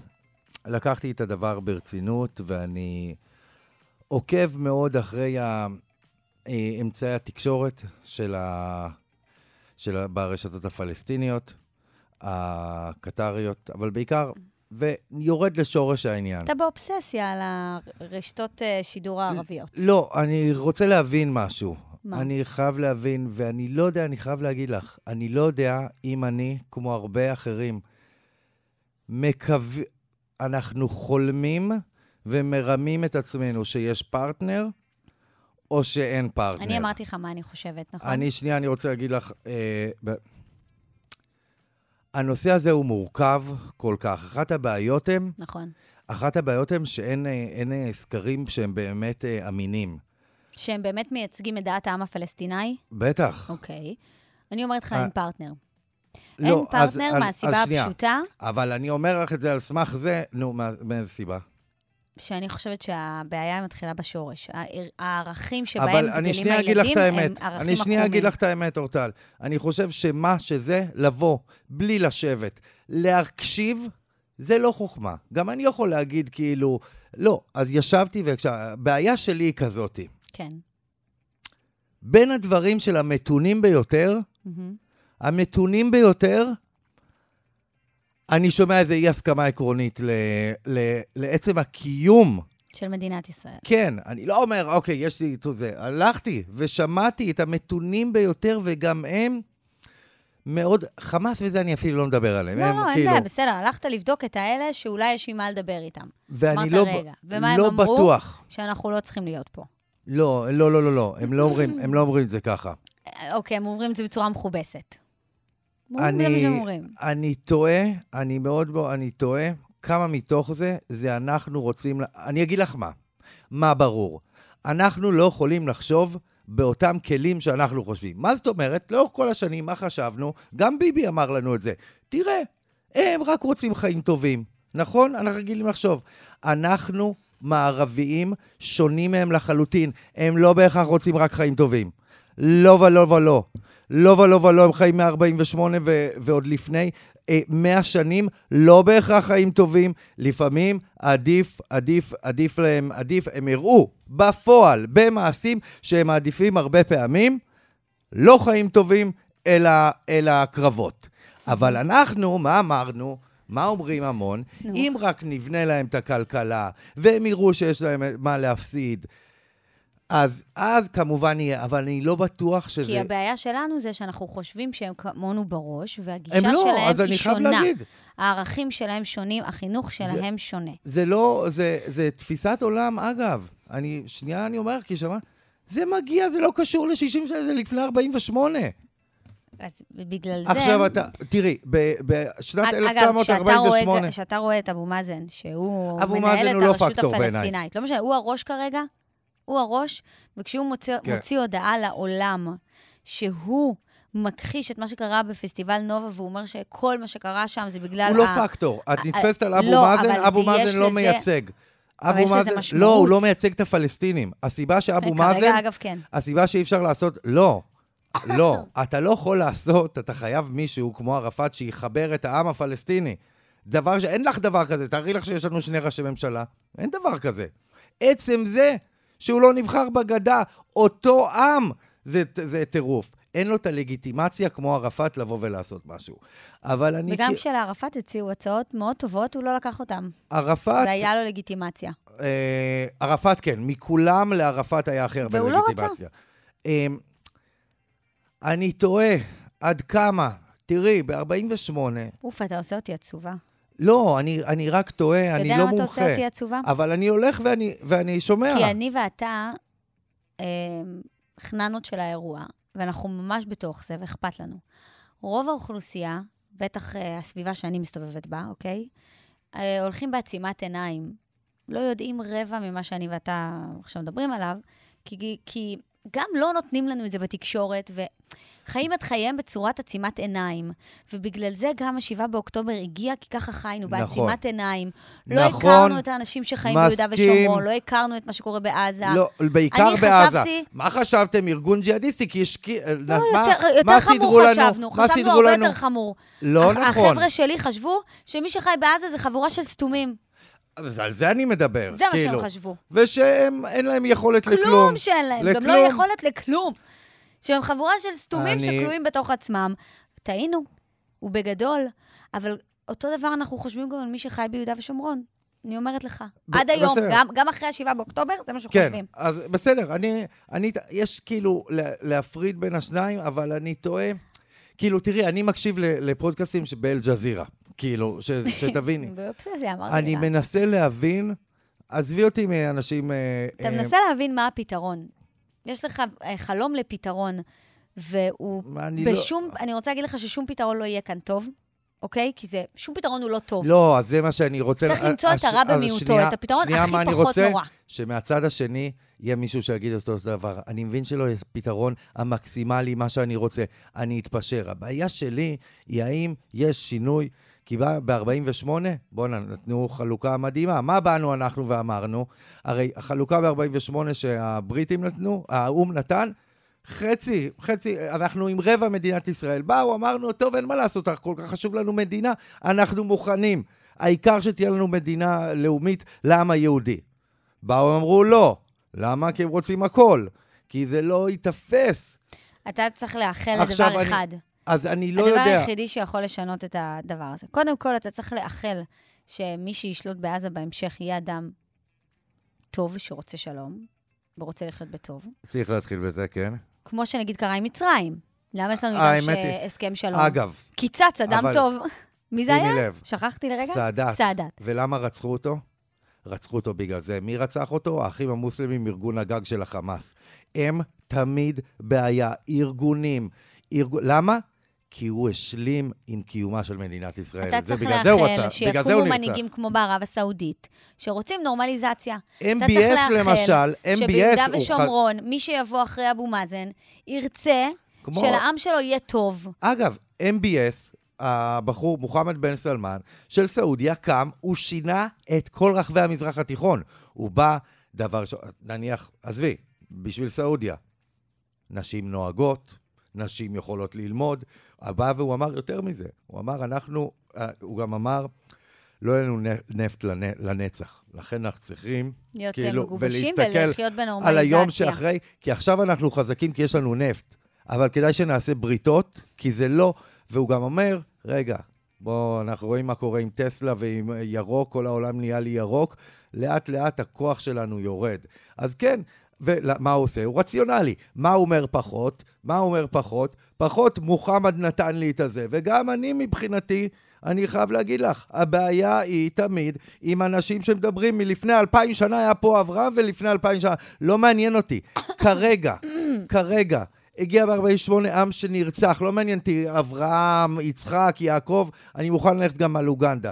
[SPEAKER 2] לקחתי את הדבר ברצינות, ואני עוקב מאוד אחרי ה- אה, אמצעי התקשורת של ה... של ה... ברשתות הפלסטיניות, הקטריות, אבל בעיקר, ויורד לשורש העניין.
[SPEAKER 3] אתה באובססיה על הרשתות אה, שידור הערביות.
[SPEAKER 2] לא, אני רוצה להבין משהו.
[SPEAKER 3] מה?
[SPEAKER 2] אני חייב להבין, ואני לא יודע, אני חייב להגיד לך, אני לא יודע אם אני, כמו הרבה אחרים, מקו... אנחנו חולמים ומרמים את עצמנו שיש פרטנר, או שאין פרטנר?
[SPEAKER 3] אני אמרתי לך מה אני חושבת, נכון?
[SPEAKER 2] אה, אני, שנייה, אני רוצה להגיד לך... אה, ב- הנושא הזה הוא מורכב כל כך. אחת הבעיות הן,
[SPEAKER 3] נכון.
[SPEAKER 2] אחת הבעיות הן שאין אה, אין, אה, סקרים שהם באמת אה, אמינים.
[SPEAKER 3] שהם באמת מייצגים את דעת העם הפלסטיני?
[SPEAKER 2] בטח.
[SPEAKER 3] אוקיי. אני אומרת לך,
[SPEAKER 2] אה,
[SPEAKER 3] אין פרטנר.
[SPEAKER 2] לא,
[SPEAKER 3] אין
[SPEAKER 2] אז-
[SPEAKER 3] פרטנר
[SPEAKER 2] אז-
[SPEAKER 3] מהסיבה
[SPEAKER 2] אז שנייה.
[SPEAKER 3] הפשוטה
[SPEAKER 2] אבל אני אומר לך את זה על סמך זה, נו, מה- מאיזה סיבה?
[SPEAKER 3] שאני חושבת שהבעיה מתחילה בשורש. הע- הערכים שבהם
[SPEAKER 2] אבל
[SPEAKER 3] גדלים
[SPEAKER 2] אני
[SPEAKER 3] הילדים
[SPEAKER 2] שנייה
[SPEAKER 3] הם
[SPEAKER 2] אגיד לך
[SPEAKER 3] ערכים
[SPEAKER 2] את האמת.
[SPEAKER 3] עקומים.
[SPEAKER 2] אני שנייה אגיד לך את האמת, אורטל. אני חושב שמה שזה, לבוא, בלי לשבת, להקשיב, זה לא חוכמה. גם אני יכול להגיד כאילו, לא, אז ישבתי והקשבתי. הבעיה שלי היא כזאתי.
[SPEAKER 3] כן.
[SPEAKER 2] בין הדברים של המתונים ביותר,
[SPEAKER 3] מהמם.
[SPEAKER 2] המתונים ביותר, אני שומע איזו אי-הסכמה עקרונית ל, ל, לעצם הקיום.
[SPEAKER 3] של מדינת ישראל.
[SPEAKER 2] כן, אני לא אומר, אוקיי, יש לי את זה. הלכתי ושמעתי את המתונים ביותר, וגם הם מאוד... חמאס וזה, אני אפילו לא מדבר עליהם.
[SPEAKER 3] לא,
[SPEAKER 2] הם,
[SPEAKER 3] לא, אין
[SPEAKER 2] כאילו,
[SPEAKER 3] בעיה, בסדר, הלכת לבדוק את האלה שאולי יש עם מה לדבר איתם.
[SPEAKER 2] ואני
[SPEAKER 3] אמרת,
[SPEAKER 2] לא,
[SPEAKER 3] "רגע",
[SPEAKER 2] ב-
[SPEAKER 3] ומה הם
[SPEAKER 2] לא
[SPEAKER 3] אמרו?
[SPEAKER 2] בטוח.
[SPEAKER 3] שאנחנו לא צריכים להיות פה.
[SPEAKER 2] לא, לא, לא, לא, לא. הם לא אומרים, הם לא אומרים את זה ככה.
[SPEAKER 3] אה, אוקיי, הם אומרים את זה בצורה מכובסת. הם אומרים זה מה
[SPEAKER 2] אני,
[SPEAKER 3] שהם אומרים.
[SPEAKER 2] אני טועה, אני מאוד מאוד, אני טועה, כמה מתוך זה, זה אנחנו רוצים, ל- אני אגיד לך מה, מה ברור. אנחנו לא יכולים לחשוב באותם כלים שאנחנו חושבים. מה זאת אומרת? לאורך כל השנים, מה חשבנו? גם ביבי אמר לנו את זה. תראה, הם רק רוצים חיים טובים, נכון? אנחנו רגילים לחשוב. אנחנו מערביים שונים מהם לחלוטין. הם לא בהכרח רוצים רק חיים טובים. לא ולא ולא. לא ולא ולא, הם חיים מ-48 ו- ועוד לפני. אה, 100 שנים, לא בהכרח חיים טובים. לפעמים עדיף, עדיף, עדיף להם, עדיף. הם יראו בפועל, במעשים, שהם מעדיפים הרבה פעמים לא חיים טובים, אלא, אלא קרבות. אבל אנחנו, מה אמרנו? מה אומרים המון?
[SPEAKER 3] נו.
[SPEAKER 2] אם רק נבנה להם את הכלכלה, והם יראו שיש להם מה להפסיד, אז, אז כמובן יהיה, אבל אני לא בטוח שזה...
[SPEAKER 3] כי הבעיה שלנו זה שאנחנו חושבים שהם כמונו בראש, והגישה
[SPEAKER 2] הם לא,
[SPEAKER 3] שלהם
[SPEAKER 2] אז אני
[SPEAKER 3] היא
[SPEAKER 2] חייב
[SPEAKER 3] שונה.
[SPEAKER 2] להגיד.
[SPEAKER 3] הערכים שלהם שונים, החינוך שלהם שונה.
[SPEAKER 2] זה לא, זה, זה תפיסת עולם, אגב. אני, שנייה אני אומר, כי שמע... זה מגיע, זה לא קשור ל-60 שנה, זה לפני 48.
[SPEAKER 3] אז בגלל זה...
[SPEAKER 2] עכשיו אתה, תראי, ב- בשנת
[SPEAKER 3] אג- אגב, כשאתה רואה את-
[SPEAKER 2] 1948...
[SPEAKER 3] כשאתה רואה את אבו מאזן, שהוא
[SPEAKER 2] אבו מאזן
[SPEAKER 3] מנהל את
[SPEAKER 2] הוא לא
[SPEAKER 3] הרשות
[SPEAKER 2] פקטור בעיניי.
[SPEAKER 3] הפלסטינית, לא משנה, הוא הראש כרגע, הוא הראש, וכשהוא מוציא-
[SPEAKER 2] כן.
[SPEAKER 3] מוציא הודעה לעולם שהוא מכחיש את מה שקרה בפסטיבל נובה, והוא אומר שכל מה שקרה שם זה בגלל...
[SPEAKER 2] הוא לא
[SPEAKER 3] ה-
[SPEAKER 2] פקטור. את
[SPEAKER 3] ה-
[SPEAKER 2] נתפסת על
[SPEAKER 3] לא,
[SPEAKER 2] אבו מאזן,
[SPEAKER 3] אבל
[SPEAKER 2] אבו
[SPEAKER 3] זה- יש
[SPEAKER 2] מאזן לא
[SPEAKER 3] לזה-
[SPEAKER 2] מייצג.
[SPEAKER 3] אבל
[SPEAKER 2] אבו
[SPEAKER 3] יש לזה
[SPEAKER 2] מאזן, לא,
[SPEAKER 3] משמעות.
[SPEAKER 2] הוא לא מייצג את הפלסטינים. הסיבה שאבו
[SPEAKER 3] כרגע,
[SPEAKER 2] מאזן,
[SPEAKER 3] אגב, כן.
[SPEAKER 2] הסיבה שאי אפשר לעשות, לא, לא, אתה לא יכול לעשות, אתה חייב מישהו כמו ערפאת שיחבר את העם הפלסטיני. דבר ש... אין לך דבר כזה, תארי לך שיש לנו שני ראשי ממשלה. אין דבר כזה. עצם זה שהוא לא נבחר בגדה, אותו עם, זה, זה טירוף. אין לו את הלגיטימציה כמו ערפאת לבוא ולעשות משהו. אבל אני...
[SPEAKER 3] וגם
[SPEAKER 2] כי-
[SPEAKER 3] כשלערפאת הציעו הצעות מאוד טובות, הוא לא לקח אותן.
[SPEAKER 2] ערפאת,
[SPEAKER 3] והיה לו לגיטימציה.
[SPEAKER 2] אה, ערפאת כן, מכולם לערפאת היה הכי הרבה
[SPEAKER 3] והוא לא
[SPEAKER 2] לגיטימציה. אה, אני תוהה עד כמה, תראי, ב-48,
[SPEAKER 3] אוף, אתה עושה אותי עצובה.
[SPEAKER 2] לא, אני, אני רק תוהה, אני
[SPEAKER 3] אתה יודע
[SPEAKER 2] לא
[SPEAKER 3] למה אתה עושה
[SPEAKER 2] מומחה.
[SPEAKER 3] אותי עצובה?
[SPEAKER 2] אבל אני הולך ואני, ואני שומע.
[SPEAKER 3] כי אני ואתה אה, חננות של האירוע, ואנחנו ממש בתוך זה, ואכפת לנו. רוב האוכלוסייה, בטח אה, הסביבה שאני מסתובבת בה, אוקיי? אה, הולכים בעצימת עיניים. לא יודעים רבע ממה שאני ואתה עכשיו מדברים עליו, כי, כי גם לא נותנים לנו את זה בתקשורת, וחיים את חייהם בצורת עצימת עיניים. ובגלל זה גם ה-7 באוקטובר הגיע, כי ככה חיינו,
[SPEAKER 2] נכון.
[SPEAKER 3] בעצימת עיניים. לא
[SPEAKER 2] נכון.
[SPEAKER 3] הכרנו את האנשים שחיים ביהודה
[SPEAKER 2] מסכים.
[SPEAKER 3] ושומרון, לא הכרנו את מה שקורה בעזה.
[SPEAKER 2] לא, בעיקר
[SPEAKER 3] אני
[SPEAKER 2] בעזה.
[SPEAKER 3] חשבתי-
[SPEAKER 2] מה חשבתם, ארגון ג'יהאדיסטי? כי השקיע...
[SPEAKER 3] לא, יותר, יותר חמור חשבנו, חשבנו הרבה יותר חמור.
[SPEAKER 2] לא
[SPEAKER 3] הח-
[SPEAKER 2] נכון.
[SPEAKER 3] החבר'ה שלי חשבו שמי שחי בעזה זה חבורה של סתומים.
[SPEAKER 2] אז על זה אני מדבר,
[SPEAKER 3] זה מה
[SPEAKER 2] כאילו.
[SPEAKER 3] שהם חשבו.
[SPEAKER 2] ושהם, אין להם יכולת לכלום.
[SPEAKER 3] כלום שאין להם, גם לא
[SPEAKER 2] לכלום.
[SPEAKER 3] יכולת לכלום. שהם חבורה של סתומים
[SPEAKER 2] אני-
[SPEAKER 3] שכלואים בתוך עצמם. טעינו, ובגדול, אבל אותו דבר אנחנו חושבים גם על מי שחי ביהודה ושומרון. אני אומרת לך.
[SPEAKER 2] ב-
[SPEAKER 3] עד היום,
[SPEAKER 2] בסדר.
[SPEAKER 3] גם- גם אחרי 7 באוקטובר, זה
[SPEAKER 2] כן,
[SPEAKER 3] מה שחושבים.
[SPEAKER 2] אז בסדר, אני, אני, יש כאילו לה- להפריד בין השניים, אבל אני טועה. כאילו, תראי, אני מקשיב ל- לפודקאסטים באל-ג'זירה, כאילו, ש, שתביני.
[SPEAKER 3] באובססיה, אמרתי לך.
[SPEAKER 2] אני מנסה להבין, עזבי אותי מאנשים... אה,
[SPEAKER 3] אתה מנסה להבין מה הפתרון. יש לך אה, חלום לפתרון, והוא
[SPEAKER 2] מה, אני לא-
[SPEAKER 3] בשום, אני רוצה להגיד לך ששום פתרון לא יהיה כאן טוב, אוקיי? כי זה, שום פתרון הוא לא טוב.
[SPEAKER 2] לא, אז זה מה שאני רוצה...
[SPEAKER 3] צריך למצוא את
[SPEAKER 2] הש-
[SPEAKER 3] הרע
[SPEAKER 2] אז
[SPEAKER 3] במיעוטו,
[SPEAKER 2] שנייה-
[SPEAKER 3] את הפתרון
[SPEAKER 2] שנייה,
[SPEAKER 3] הכי
[SPEAKER 2] מה אני
[SPEAKER 3] פחות
[SPEAKER 2] רוצה?
[SPEAKER 3] נורא.
[SPEAKER 2] שמהצד השני יהיה מישהו שיגיד אותו דבר. אני מבין שלא יהיה פתרון המקסימלי, מה שאני רוצה. אני אתפשר. הבעיה שלי היא האם יש שינוי. כי ב-48, בואנה, נתנו חלוקה מדהימה. מה באנו אנחנו ואמרנו? הרי החלוקה ב-48 שהבריטים נתנו, האו"ם נתן, חצי, חצי, אנחנו עם רבע מדינת ישראל. באו, אמרנו, טוב, אין מה לעשות, כל כך חשוב לנו מדינה, אנחנו מוכנים. העיקר שתהיה לנו מדינה לאומית לעם היהודי. באו, אמרו, לא. למה? כי הם רוצים הכל. כי זה לא ייתפס.
[SPEAKER 3] אתה צריך לאחל
[SPEAKER 2] עכשיו
[SPEAKER 3] לדבר
[SPEAKER 2] אני-
[SPEAKER 3] אחד.
[SPEAKER 2] אז אני לא
[SPEAKER 3] הדבר
[SPEAKER 2] יודע.
[SPEAKER 3] היחידי שיכול לשנות את הדבר הזה. קודם כל, אתה צריך לאחל שמי שישלוט בעזה בהמשך יהיה אדם טוב, שרוצה שלום, ורוצה לחיות בטוב.
[SPEAKER 2] צריך להתחיל בזה, כן?
[SPEAKER 3] כמו שנגיד קרה עם מצרים. למה יש לנו
[SPEAKER 2] אה,
[SPEAKER 3] איתם
[SPEAKER 2] האמת היא-
[SPEAKER 3] ש- הסכם שלום?
[SPEAKER 2] אגב,
[SPEAKER 3] קיצץ אדם
[SPEAKER 2] אבל-
[SPEAKER 3] טוב. מי זה
[SPEAKER 2] שימי
[SPEAKER 3] היה?
[SPEAKER 2] לב.
[SPEAKER 3] שכחתי לרגע?
[SPEAKER 2] סאדאת.
[SPEAKER 3] סאדאת.
[SPEAKER 2] ולמה רצחו אותו? רצחו אותו בגלל זה. מי רצח אותו? האחים המוסלמים, ארגון הגג של החמאס. הם תמיד בעיה. ארגונים. ארג... למה? כי הוא השלים עם קיומה של מדינת ישראל.
[SPEAKER 3] אתה
[SPEAKER 2] אה, זה
[SPEAKER 3] צריך
[SPEAKER 2] בגלל זה הוא
[SPEAKER 3] לאחל
[SPEAKER 2] רצח, בגלל זה
[SPEAKER 3] שיקומו
[SPEAKER 2] הוא נרצח.
[SPEAKER 3] מנהיגים כמו בערב הסעודית, שרוצים נורמליזציה. אתה צריך
[SPEAKER 2] MBS
[SPEAKER 3] לאחל
[SPEAKER 2] למשל,
[SPEAKER 3] שביהודה
[SPEAKER 2] MBS הוא... ח-
[SPEAKER 3] ושומרון, מי שיבוא אחרי אבו מאזן, ירצה
[SPEAKER 2] כמו-
[SPEAKER 3] שלעם שלו יהיה טוב.
[SPEAKER 2] אגב, MBS, הבחור מוחמד בן סלמן, של סעודיה, קם, הוא שינה את כל רחבי המזרח התיכון. הוא בא, דבר ראשון, נניח, עזבי, בשביל סעודיה. נשים נוהגות, נשים יכולות ללמוד. הוא בא והוא אמר יותר מזה. הוא אמר, אנחנו, אה, הוא גם אמר, לא יהיה לנו נ- נפט לנ- לנצח. לכן אנחנו צריכים,
[SPEAKER 3] להיות אה,
[SPEAKER 2] כאילו,
[SPEAKER 3] מגובשים
[SPEAKER 2] ולהסתכל
[SPEAKER 3] ולחיות
[SPEAKER 2] על
[SPEAKER 3] בנורמליזציה.
[SPEAKER 2] היום שאחרי, כי עכשיו אנחנו חזקים כי יש לנו נפט, אבל כדאי שנעשה בריתות, כי זה לא, והוא גם אומר, רגע, בואו, אנחנו רואים מה קורה עם טסלה ועם אה, ירוק, כל העולם נהיה לי ירוק, לאט לאט הכוח שלנו יורד. אז כן, ומה הוא עושה? הוא רציונלי. מה הוא אומר פחות? מה הוא אומר פחות? פחות מוחמד נתן לי את הזה, וגם אני מבחינתי... אני חייב להגיד לך, הבעיה היא תמיד עם אנשים שמדברים מלפני אלפיים שנה היה פה אברהם ולפני אלפיים שנה. לא מעניין אותי. כרגע, כרגע, הגיע ב-48 עם שנרצח, לא מעניין אותי אברהם, יצחק, יעקב, אני מוכן ללכת גם על אוגנדה.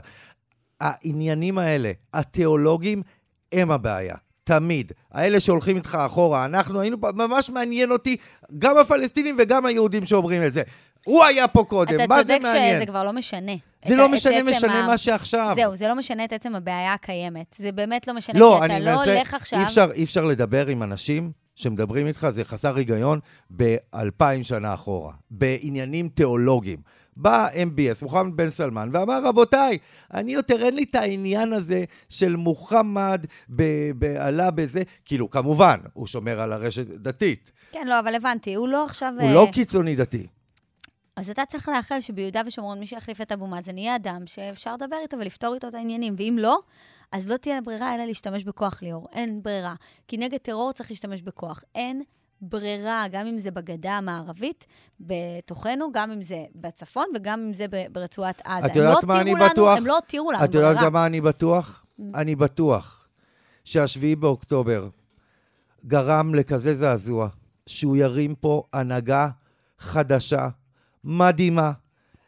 [SPEAKER 2] העניינים האלה, התיאולוגים, הם הבעיה. תמיד. האלה שהולכים איתך אחורה, אנחנו היינו, ממש מעניין אותי, גם הפלסטינים וגם היהודים שאומרים את זה. הוא היה פה קודם,
[SPEAKER 3] אתה
[SPEAKER 2] מה זה
[SPEAKER 3] צודק
[SPEAKER 2] מעניין?
[SPEAKER 3] שזה כבר לא משנה.
[SPEAKER 2] זה
[SPEAKER 3] את
[SPEAKER 2] לא
[SPEAKER 3] ה- את
[SPEAKER 2] משנה,
[SPEAKER 3] עצם
[SPEAKER 2] משנה
[SPEAKER 3] ה-
[SPEAKER 2] מה שעכשיו.
[SPEAKER 3] זהו, זה לא משנה את עצם הבעיה הקיימת. זה באמת לא משנה,
[SPEAKER 2] לא,
[SPEAKER 3] כי אתה
[SPEAKER 2] אני
[SPEAKER 3] לא
[SPEAKER 2] מנסה,
[SPEAKER 3] הולך עכשיו...
[SPEAKER 2] אי אפשר, אי אפשר לדבר עם אנשים שמדברים איתך, זה חסר היגיון, באלפיים שנה אחורה, בעניינים תיאולוגיים. בא MBS, מוחמד בן סלמן, ואמר, רבותיי, אני יותר אין לי את העניין הזה של מוחמד ב- בעלה בזה, כאילו, כמובן, הוא שומר על הרשת דתית,
[SPEAKER 3] כן, לא, אבל הבנתי, הוא לא עכשיו...
[SPEAKER 2] הוא
[SPEAKER 3] אה,
[SPEAKER 2] לא קיצוני דתי.
[SPEAKER 3] אז אתה צריך לאחל שביהודה ושומרון מי שיחליף את אבו מאזן יהיה אדם שאפשר לדבר איתו ולפתור איתו את העניינים, ואם לא, אז לא תהיה ברירה אלא להשתמש בכוח, ליאור. אין ברירה. כי נגד טרור צריך להשתמש בכוח. אין ברירה, גם אם זה בגדה המערבית, בתוכנו, גם אם זה בצפון וגם אם זה ב- ברצועת עזה.
[SPEAKER 2] את יודעת
[SPEAKER 3] הם
[SPEAKER 2] מה
[SPEAKER 3] לא
[SPEAKER 2] אני
[SPEAKER 3] הותירו לנו-
[SPEAKER 2] בטוח?
[SPEAKER 3] הם לא הותירו לנו
[SPEAKER 2] את יודעת
[SPEAKER 3] ברירה. Mm.
[SPEAKER 2] גם מה אני בטוח? אני בטוח שהשביעי באוקטובר גרם לכזה זעזוע שהוא ירים פה הנהגה חדשה, מדהימה,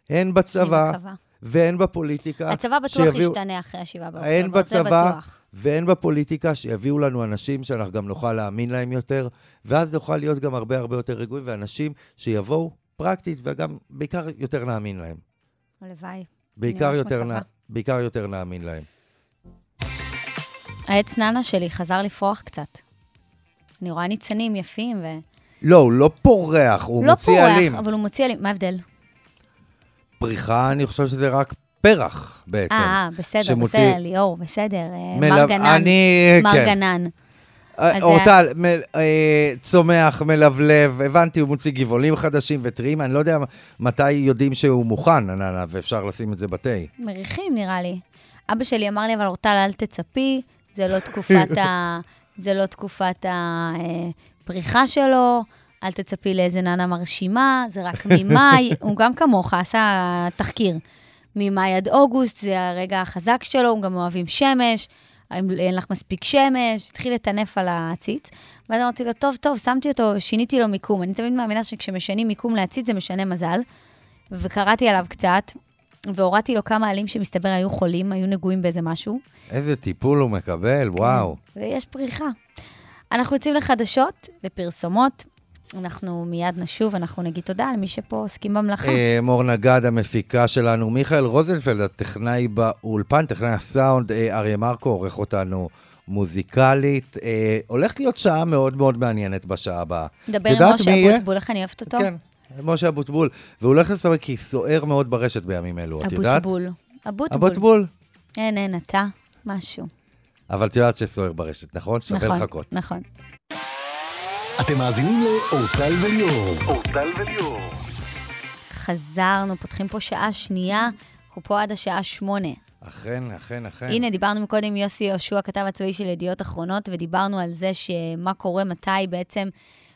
[SPEAKER 2] הן בצבא
[SPEAKER 3] אני מקווה.
[SPEAKER 2] והן בפוליטיקה.
[SPEAKER 3] הצבא בטוח
[SPEAKER 2] שיביאו-
[SPEAKER 3] ישתנה אחרי השבעה באוקטובר,
[SPEAKER 2] הן
[SPEAKER 3] זה
[SPEAKER 2] בצבא
[SPEAKER 3] בטוח.
[SPEAKER 2] והן בפוליטיקה, שיביאו לנו אנשים שאנחנו גם נוכל להאמין להם יותר, ואז נוכל להיות גם הרבה הרבה יותר רגועים, ואנשים שיבואו פרקטית וגם בעיקר יותר נאמין להם.
[SPEAKER 3] הלוואי.
[SPEAKER 2] בעיקר
[SPEAKER 3] ממש
[SPEAKER 2] יותר, נא,
[SPEAKER 3] מקווה.
[SPEAKER 2] בעיקר יותר נאמין להם.
[SPEAKER 3] העץ ננה שלי חזר לפרוח קצת. אני רואה ניצנים יפים ו...
[SPEAKER 2] לא, הוא לא פורח, הוא
[SPEAKER 3] לא
[SPEAKER 2] מוציא
[SPEAKER 3] פורח,
[SPEAKER 2] עלים.
[SPEAKER 3] אבל הוא מוציא עלים. מה ההבדל?
[SPEAKER 2] פריחה, אני חושב שזה רק פרח בעצם.
[SPEAKER 3] אה, אה, בסדר,
[SPEAKER 2] כן. שמוציא-
[SPEAKER 3] בסדר, ליאור, בסדר. אה, מר
[SPEAKER 2] מלב-
[SPEAKER 3] גנן.
[SPEAKER 2] אני,
[SPEAKER 3] מר
[SPEAKER 2] כן.
[SPEAKER 3] גנן.
[SPEAKER 2] אה,
[SPEAKER 3] אז זה-
[SPEAKER 2] אורטל, מל- אה, צומח, מלבלב, הבנתי, הוא מוציא גבעולים חדשים וטריים, אני לא יודע מתי יודעים שהוא מוכן, הננה, ואפשר לשים את זה בתה.
[SPEAKER 3] מריחים, נראה לי. אבא שלי אמר לי, אבל אורטל, אל תצפי, זה לא תקופת ה... זה לא תקופת הפריחה שלו, אל תצפי לאיזה ננה מרשימה, זה רק ממאי, הוא גם כמוך עשה תחקיר. ממאי עד אוגוסט, זה הרגע החזק שלו, הם גם אוהבים שמש, האם אין לך מספיק שמש, התחיל לטנף על העציץ. ואז אמרתי לו, טוב, טוב, שמתי אותו, שיניתי לו מיקום. אני תמיד מאמינה שכשמשנים מיקום לעציץ זה משנה מזל. וקראתי עליו קצת, והורדתי לו כמה עלים שמסתבר היו חולים, היו נגועים באיזה משהו,
[SPEAKER 2] איזה טיפול הוא מקבל, וואו.
[SPEAKER 3] ויש פריחה. אנחנו יוצאים לחדשות, לפרסומות. אנחנו מיד נשוב, אנחנו נגיד תודה למי שפה עוסקים במלאכה.
[SPEAKER 2] אה, מור נגד, המפיקה שלנו, מיכאל רוזנפלד, הטכנאי באולפן, טכנאי הסאונד, אה, אריה מרקו עורך אותנו מוזיקלית. אה, הולכת להיות שעה מאוד מאוד מעניינת בשעה הבאה.
[SPEAKER 3] דבר
[SPEAKER 2] את
[SPEAKER 3] עם
[SPEAKER 2] יודעת מי
[SPEAKER 3] משה
[SPEAKER 2] יהיה?
[SPEAKER 3] אבוטבול, איך אני אוהבת אותו.
[SPEAKER 2] כן, משה אבוטבול. והוא הולך לשחק כי סוער מאוד ברשת בימים אלו, את יודעת?
[SPEAKER 3] אבוטבול. אבוטבול.
[SPEAKER 2] אבוטבול.
[SPEAKER 3] אין, אין, אתה, משהו.
[SPEAKER 2] אבל את יודעת שסוער ברשת, נכון? שווה
[SPEAKER 3] נכון,
[SPEAKER 2] לחכות.
[SPEAKER 3] נכון.
[SPEAKER 1] אתם מאזינים לאורטל וליאור. אורטל וליאור.
[SPEAKER 3] חזרנו, פותחים פה שעה שנייה, אנחנו פה עד השעה שמונה.
[SPEAKER 2] אכן, אכן, אכן.
[SPEAKER 3] נכון. הנה, דיברנו מקודם עם יוסי יהושע, הכתב הצבאי של ידיעות אחרונות, ודיברנו על זה שמה קורה, מתי בעצם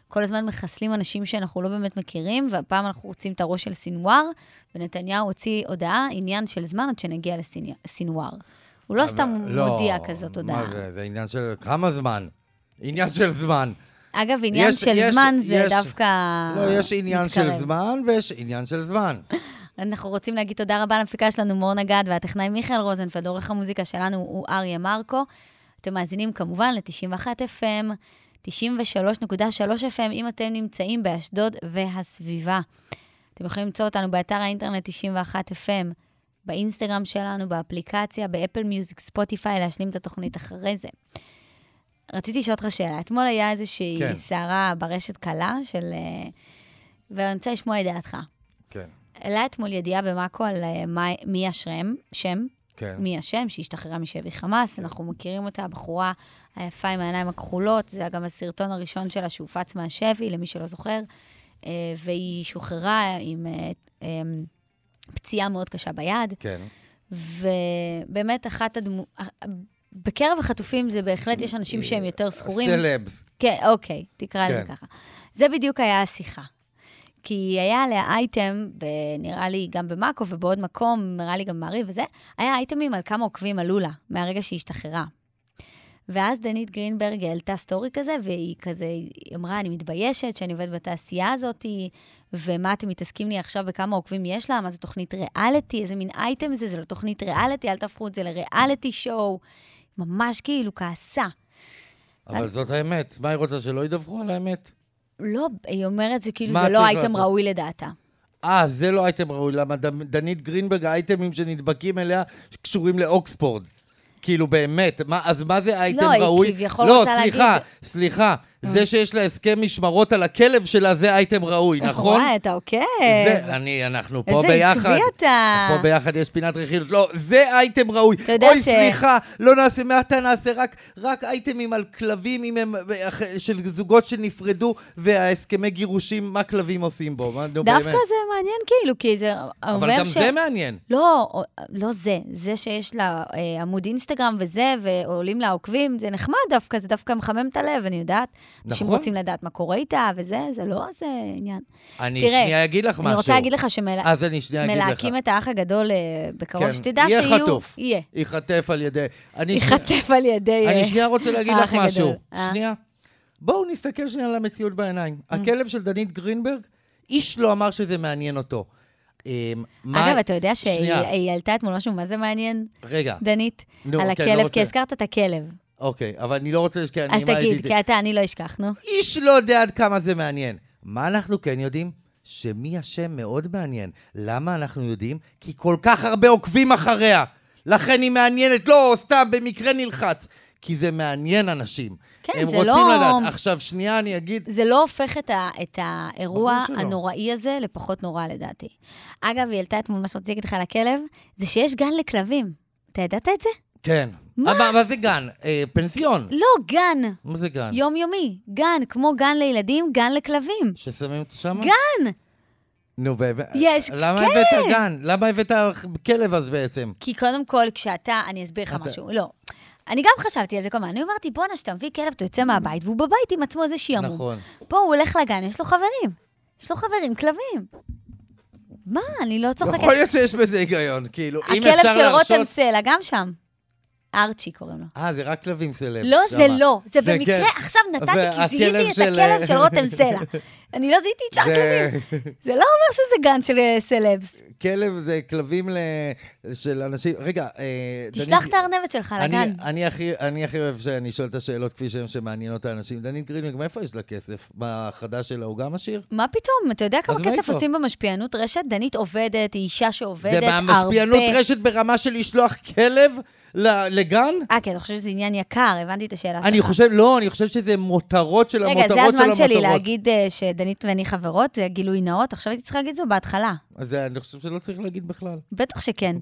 [SPEAKER 3] כל הזמן מחסלים אנשים שאנחנו לא באמת מכירים, והפעם אנחנו רוצים את הראש של סינואר, ונתניהו הוציא הודעה, עניין של זמן עד שנגיע לסינואר. לסינואר. הוא לא סתם
[SPEAKER 2] לא,
[SPEAKER 3] מודיע כזאת הודעה.
[SPEAKER 2] מה זה? זה עניין של... כמה זמן? עניין של זמן.
[SPEAKER 3] אגב, עניין
[SPEAKER 2] יש-
[SPEAKER 3] של
[SPEAKER 2] יש-
[SPEAKER 3] זמן זה
[SPEAKER 2] יש-
[SPEAKER 3] דווקא
[SPEAKER 2] לא, יש עניין של
[SPEAKER 3] מתקרב.
[SPEAKER 2] זמן ויש עניין של זמן.
[SPEAKER 3] אנחנו רוצים להגיד תודה רבה למפיקה שלנו, מור נגד, והטכנאי מיכאל רוזנפלד, עורך המוזיקה שלנו הוא אריה מרקו. אתם מאזינים כמובן ל-91 FM, 93.3 FM, אם אתם נמצאים באשדוד והסביבה. אתם יכולים למצוא אותנו באתר האינטרנט 91 FM, באינסטגרם שלנו, באפליקציה, באפל מיוזיק, ספוטיפיי, להשלים את התוכנית אחרי זה. רציתי לשאול אותך שאלה. אתמול היה איזושהי
[SPEAKER 2] כן.
[SPEAKER 3] סערה ברשת קלה של... אה, ואני רוצה לשמוע את דעתך.
[SPEAKER 2] כן,
[SPEAKER 3] העלה אתמול ידיעה במאקו על אה, מה- מי השם, שם,
[SPEAKER 2] כן.
[SPEAKER 3] מי השם, שהשתחררה משבי חמאס, אנחנו מכירים אותה, הבחורה היפה עם העיניים הכחולות, זה היה גם הסרטון הראשון שלה שהופץ מהשבי, למי שלא זוכר, אה, והיא שוחררה עם אה, אה, פציעה מאוד קשה ביד,
[SPEAKER 2] כן.
[SPEAKER 3] ובאמת אחת הדמו... אה, בקרב החטופים זה בהחלט, יש אנשים שהם יותר זכורים.
[SPEAKER 2] סלבס.
[SPEAKER 3] כן, אוקיי, תקרא לזה
[SPEAKER 2] כן.
[SPEAKER 3] ככה. זה בדיוק היה השיחה. כי היה עליה אייטם, ב- נראה לי גם במאקו ובעוד מקום, נראה לי גם מעריב וזה, היה אייטמים על כמה עוקבים עלו לה מהרגע שהיא השתחררה. ואז דנית גרינברג העלתה סטורי כזה, והיא כזה, היא אמרה, אני מתביישת שאני עובדת בתעשייה הזאת, ומה אתם מתעסקים לי עכשיו בכמה עוקבים יש לה, מה זו תוכנית ריאליטי, איזה מין אייטם זה, זה לא תוכנית ריאליטי, אל תהפכו את זה לריאליטי שואו. ממש כאילו כעסה.
[SPEAKER 2] אבל זאת האמת. מה היא רוצה, שלא ידווחו על האמת?
[SPEAKER 3] לא, היא אומרת שכאילו
[SPEAKER 2] מה
[SPEAKER 3] זה לא
[SPEAKER 2] צריך
[SPEAKER 3] אייטם
[SPEAKER 2] לעשות?
[SPEAKER 3] ראוי לדעתה.
[SPEAKER 2] אה, זה לא אייטם ראוי. למה דמ- דנית גרינברג, האייטמים שנדבקים אליה קשורים לאוקספורד. כאילו, באמת, מה, אז מה זה אייטם
[SPEAKER 3] לא, היא
[SPEAKER 2] ראוי?
[SPEAKER 3] כביכול רוצה
[SPEAKER 2] לא, סליחה,
[SPEAKER 3] להגיד- אה.
[SPEAKER 2] סליחה. זה שיש לה הסכם משמרות על הכלב שלה, זה אייטם ראוי, נכון?
[SPEAKER 3] וואי, אתה אוקיי. עוקב.
[SPEAKER 2] זה, אני, אנחנו פה
[SPEAKER 3] אה, איזה
[SPEAKER 2] ביחד.
[SPEAKER 3] עקבי אתה.
[SPEAKER 2] פה ביחד יש פינת רכילות. לא, זה אייטם ראוי.
[SPEAKER 3] אתה יודע
[SPEAKER 2] אוי,
[SPEAKER 3] ש-
[SPEAKER 2] סליחה, לא נעשה, מעתה נעשה רק, רק אייטמים על כלבים אם הם, אח- של זוגות שנפרדו, וההסכמי גירושים, מה כלבים עושים בו? מה, נו,
[SPEAKER 3] דווקא
[SPEAKER 2] באמת.
[SPEAKER 3] זה מעניין, כאילו, כי זה
[SPEAKER 2] אבל
[SPEAKER 3] אומר
[SPEAKER 2] גם
[SPEAKER 3] ש...
[SPEAKER 2] זה מעניין.
[SPEAKER 3] לא, או- לא זה. זה שיש לה אה, עמוד אינסטגרם וזה, ועולים לה עוקבים, זה נחמד דווקא, זה דווקא מחמם את הלב, אני יודעת. אנשים
[SPEAKER 2] נכון.
[SPEAKER 3] רוצים לדעת מה קורה איתה וזה, זה לא איזה עניין.
[SPEAKER 2] אני
[SPEAKER 3] תראה,
[SPEAKER 2] שנייה אגיד לך
[SPEAKER 3] אני
[SPEAKER 2] משהו.
[SPEAKER 3] רוצה להגיד לך שמלהקים
[SPEAKER 2] אז אני שנייה אגיד לך.
[SPEAKER 3] את האח הגדול אה, בקרוב,
[SPEAKER 2] כן,
[SPEAKER 3] שתדע
[SPEAKER 2] יהיה
[SPEAKER 3] שיהיו...
[SPEAKER 2] חטוף.
[SPEAKER 3] יהיה.
[SPEAKER 2] ייחטף על ידי... אני שנייה-
[SPEAKER 3] ייחטף על ידי... אה,
[SPEAKER 2] אני שנייה רוצה להגיד לך
[SPEAKER 3] האח
[SPEAKER 2] משהו.
[SPEAKER 3] הגדול. אה.
[SPEAKER 2] שנייה. בואו נסתכל שנייה על המציאות בעיניים. הכלב של דנית גרינברג, איש לא אמר שזה מעניין אותו. אמ, מה-
[SPEAKER 3] אגב, אתה יודע שהיא אה,
[SPEAKER 2] שנייה,
[SPEAKER 3] היא העלתה אתמול משהו, מה זה מעניין?
[SPEAKER 2] רגע,
[SPEAKER 3] דנית,
[SPEAKER 2] נו,
[SPEAKER 3] על
[SPEAKER 2] כן,
[SPEAKER 3] הכלב,
[SPEAKER 2] לא רוצה.
[SPEAKER 3] כי הזכרת את הכלב.
[SPEAKER 2] אוקיי, אבל אני לא רוצה... כי אני
[SPEAKER 3] אז
[SPEAKER 2] מעדיף
[SPEAKER 3] תגיד,
[SPEAKER 2] את זה.
[SPEAKER 3] כי אתה, אני לא אשכח, נו.
[SPEAKER 2] איש לא יודע עד כמה זה מעניין. מה אנחנו כן יודעים? שמי השם מאוד מעניין. למה אנחנו יודעים? כי כל כך הרבה עוקבים אחריה. לכן היא מעניינת, לא סתם במקרה נלחץ. כי זה מעניין אנשים.
[SPEAKER 3] כן,
[SPEAKER 2] הם
[SPEAKER 3] זה
[SPEAKER 2] רוצים
[SPEAKER 3] לא-
[SPEAKER 2] לדעת. עכשיו, שנייה, אני אגיד...
[SPEAKER 3] זה לא הופך את, ה, את האירוע
[SPEAKER 2] ברור שלא.
[SPEAKER 3] הנוראי הזה לפחות נורא, לדעתי. אגב, היא העלתה אתמול מה שרציתי להגיד לך על הכלב, זה שיש גן לכלבים. אתה ידעת את זה?
[SPEAKER 2] כן.
[SPEAKER 3] מה?
[SPEAKER 2] אבל- מה זה גן? אה, פנסיון.
[SPEAKER 3] לא, גן.
[SPEAKER 2] מה זה גן?
[SPEAKER 3] יומיומי. גן, כמו גן לילדים, גן לכלבים.
[SPEAKER 2] ששמים אותו שם?
[SPEAKER 3] גן!
[SPEAKER 2] נו, באמת.
[SPEAKER 3] יש,
[SPEAKER 2] למה
[SPEAKER 3] כן.
[SPEAKER 2] הבאת גן? למה הבאת כלב אז בעצם?
[SPEAKER 3] כי קודם כל, כשאתה, אני אסביר לך
[SPEAKER 2] אתה-
[SPEAKER 3] משהו, לא. אני גם חשבתי על זה כל הזמן, אני אמרתי, בואנה, כשאתה מביא כלב, אתה יוצא מהבית, והוא בבית עם עצמו איזה שעמום.
[SPEAKER 2] נכון.
[SPEAKER 3] פה הוא הולך לגן, יש לו חברים. יש לו חברים, כלבים. מה, אני לא צוחקת.
[SPEAKER 2] יכול להיות שיש בזה היגיון, כאילו, אם
[SPEAKER 3] הכלב
[SPEAKER 2] אפשר
[SPEAKER 3] של רותם
[SPEAKER 2] להרשות...
[SPEAKER 3] סלע, גם שם. ארצ'י קוראים לו.
[SPEAKER 2] אה, זה רק כלבים סלב.
[SPEAKER 3] לא,
[SPEAKER 2] שמה.
[SPEAKER 3] זה לא. זה במקרה,
[SPEAKER 2] כן.
[SPEAKER 3] עכשיו נתתי, כי
[SPEAKER 2] והכלב
[SPEAKER 3] זיהיתי את
[SPEAKER 2] של- אה,
[SPEAKER 3] הכלב של רותם סלע. אני לא זיהיתי את שאר
[SPEAKER 2] זה-
[SPEAKER 3] הכלבים. זה לא אומר שזה גן של אה, סלבס.
[SPEAKER 2] כלב זה כלבים ל... של אנשים... רגע, אה,
[SPEAKER 3] תשלח
[SPEAKER 2] דנית-
[SPEAKER 3] את הארנבת שלך לגן.
[SPEAKER 2] אני, אני, הכי, אני הכי אוהב שאני שואל את השאלות כפי שהן שמעניינות את האנשים. דנית גרינברג, מאיפה יש לה כסף? בחדש שלה הוא גם עשיר?
[SPEAKER 3] מה פתאום? אתה יודע כמה
[SPEAKER 2] אז מאיפה?
[SPEAKER 3] כסף עושים במשפיענות רשת? דנית עובדת, היא אישה שעובדת
[SPEAKER 2] זה
[SPEAKER 3] הרבה.
[SPEAKER 2] במשפיענות רשת ברמה של לשלוח כלב ל- לגן?
[SPEAKER 3] אה, כן, אתה חושב שזה עניין יקר, הבנתי את השאלה שלך.
[SPEAKER 2] אני חושב, לא, אני חושב שזה מותרות של
[SPEAKER 3] אה. רגע,
[SPEAKER 2] המותרות של
[SPEAKER 3] זה
[SPEAKER 2] המותרות.
[SPEAKER 3] הזמן שלי להגיד אה, שדנית ואני חברות, זה גילוי נאות, עכשיו הייתי צריכה להגיד את זה בהתחלה.
[SPEAKER 2] אז אה, אני חושב שלא צריך להגיד בכלל.
[SPEAKER 3] בטח שכן.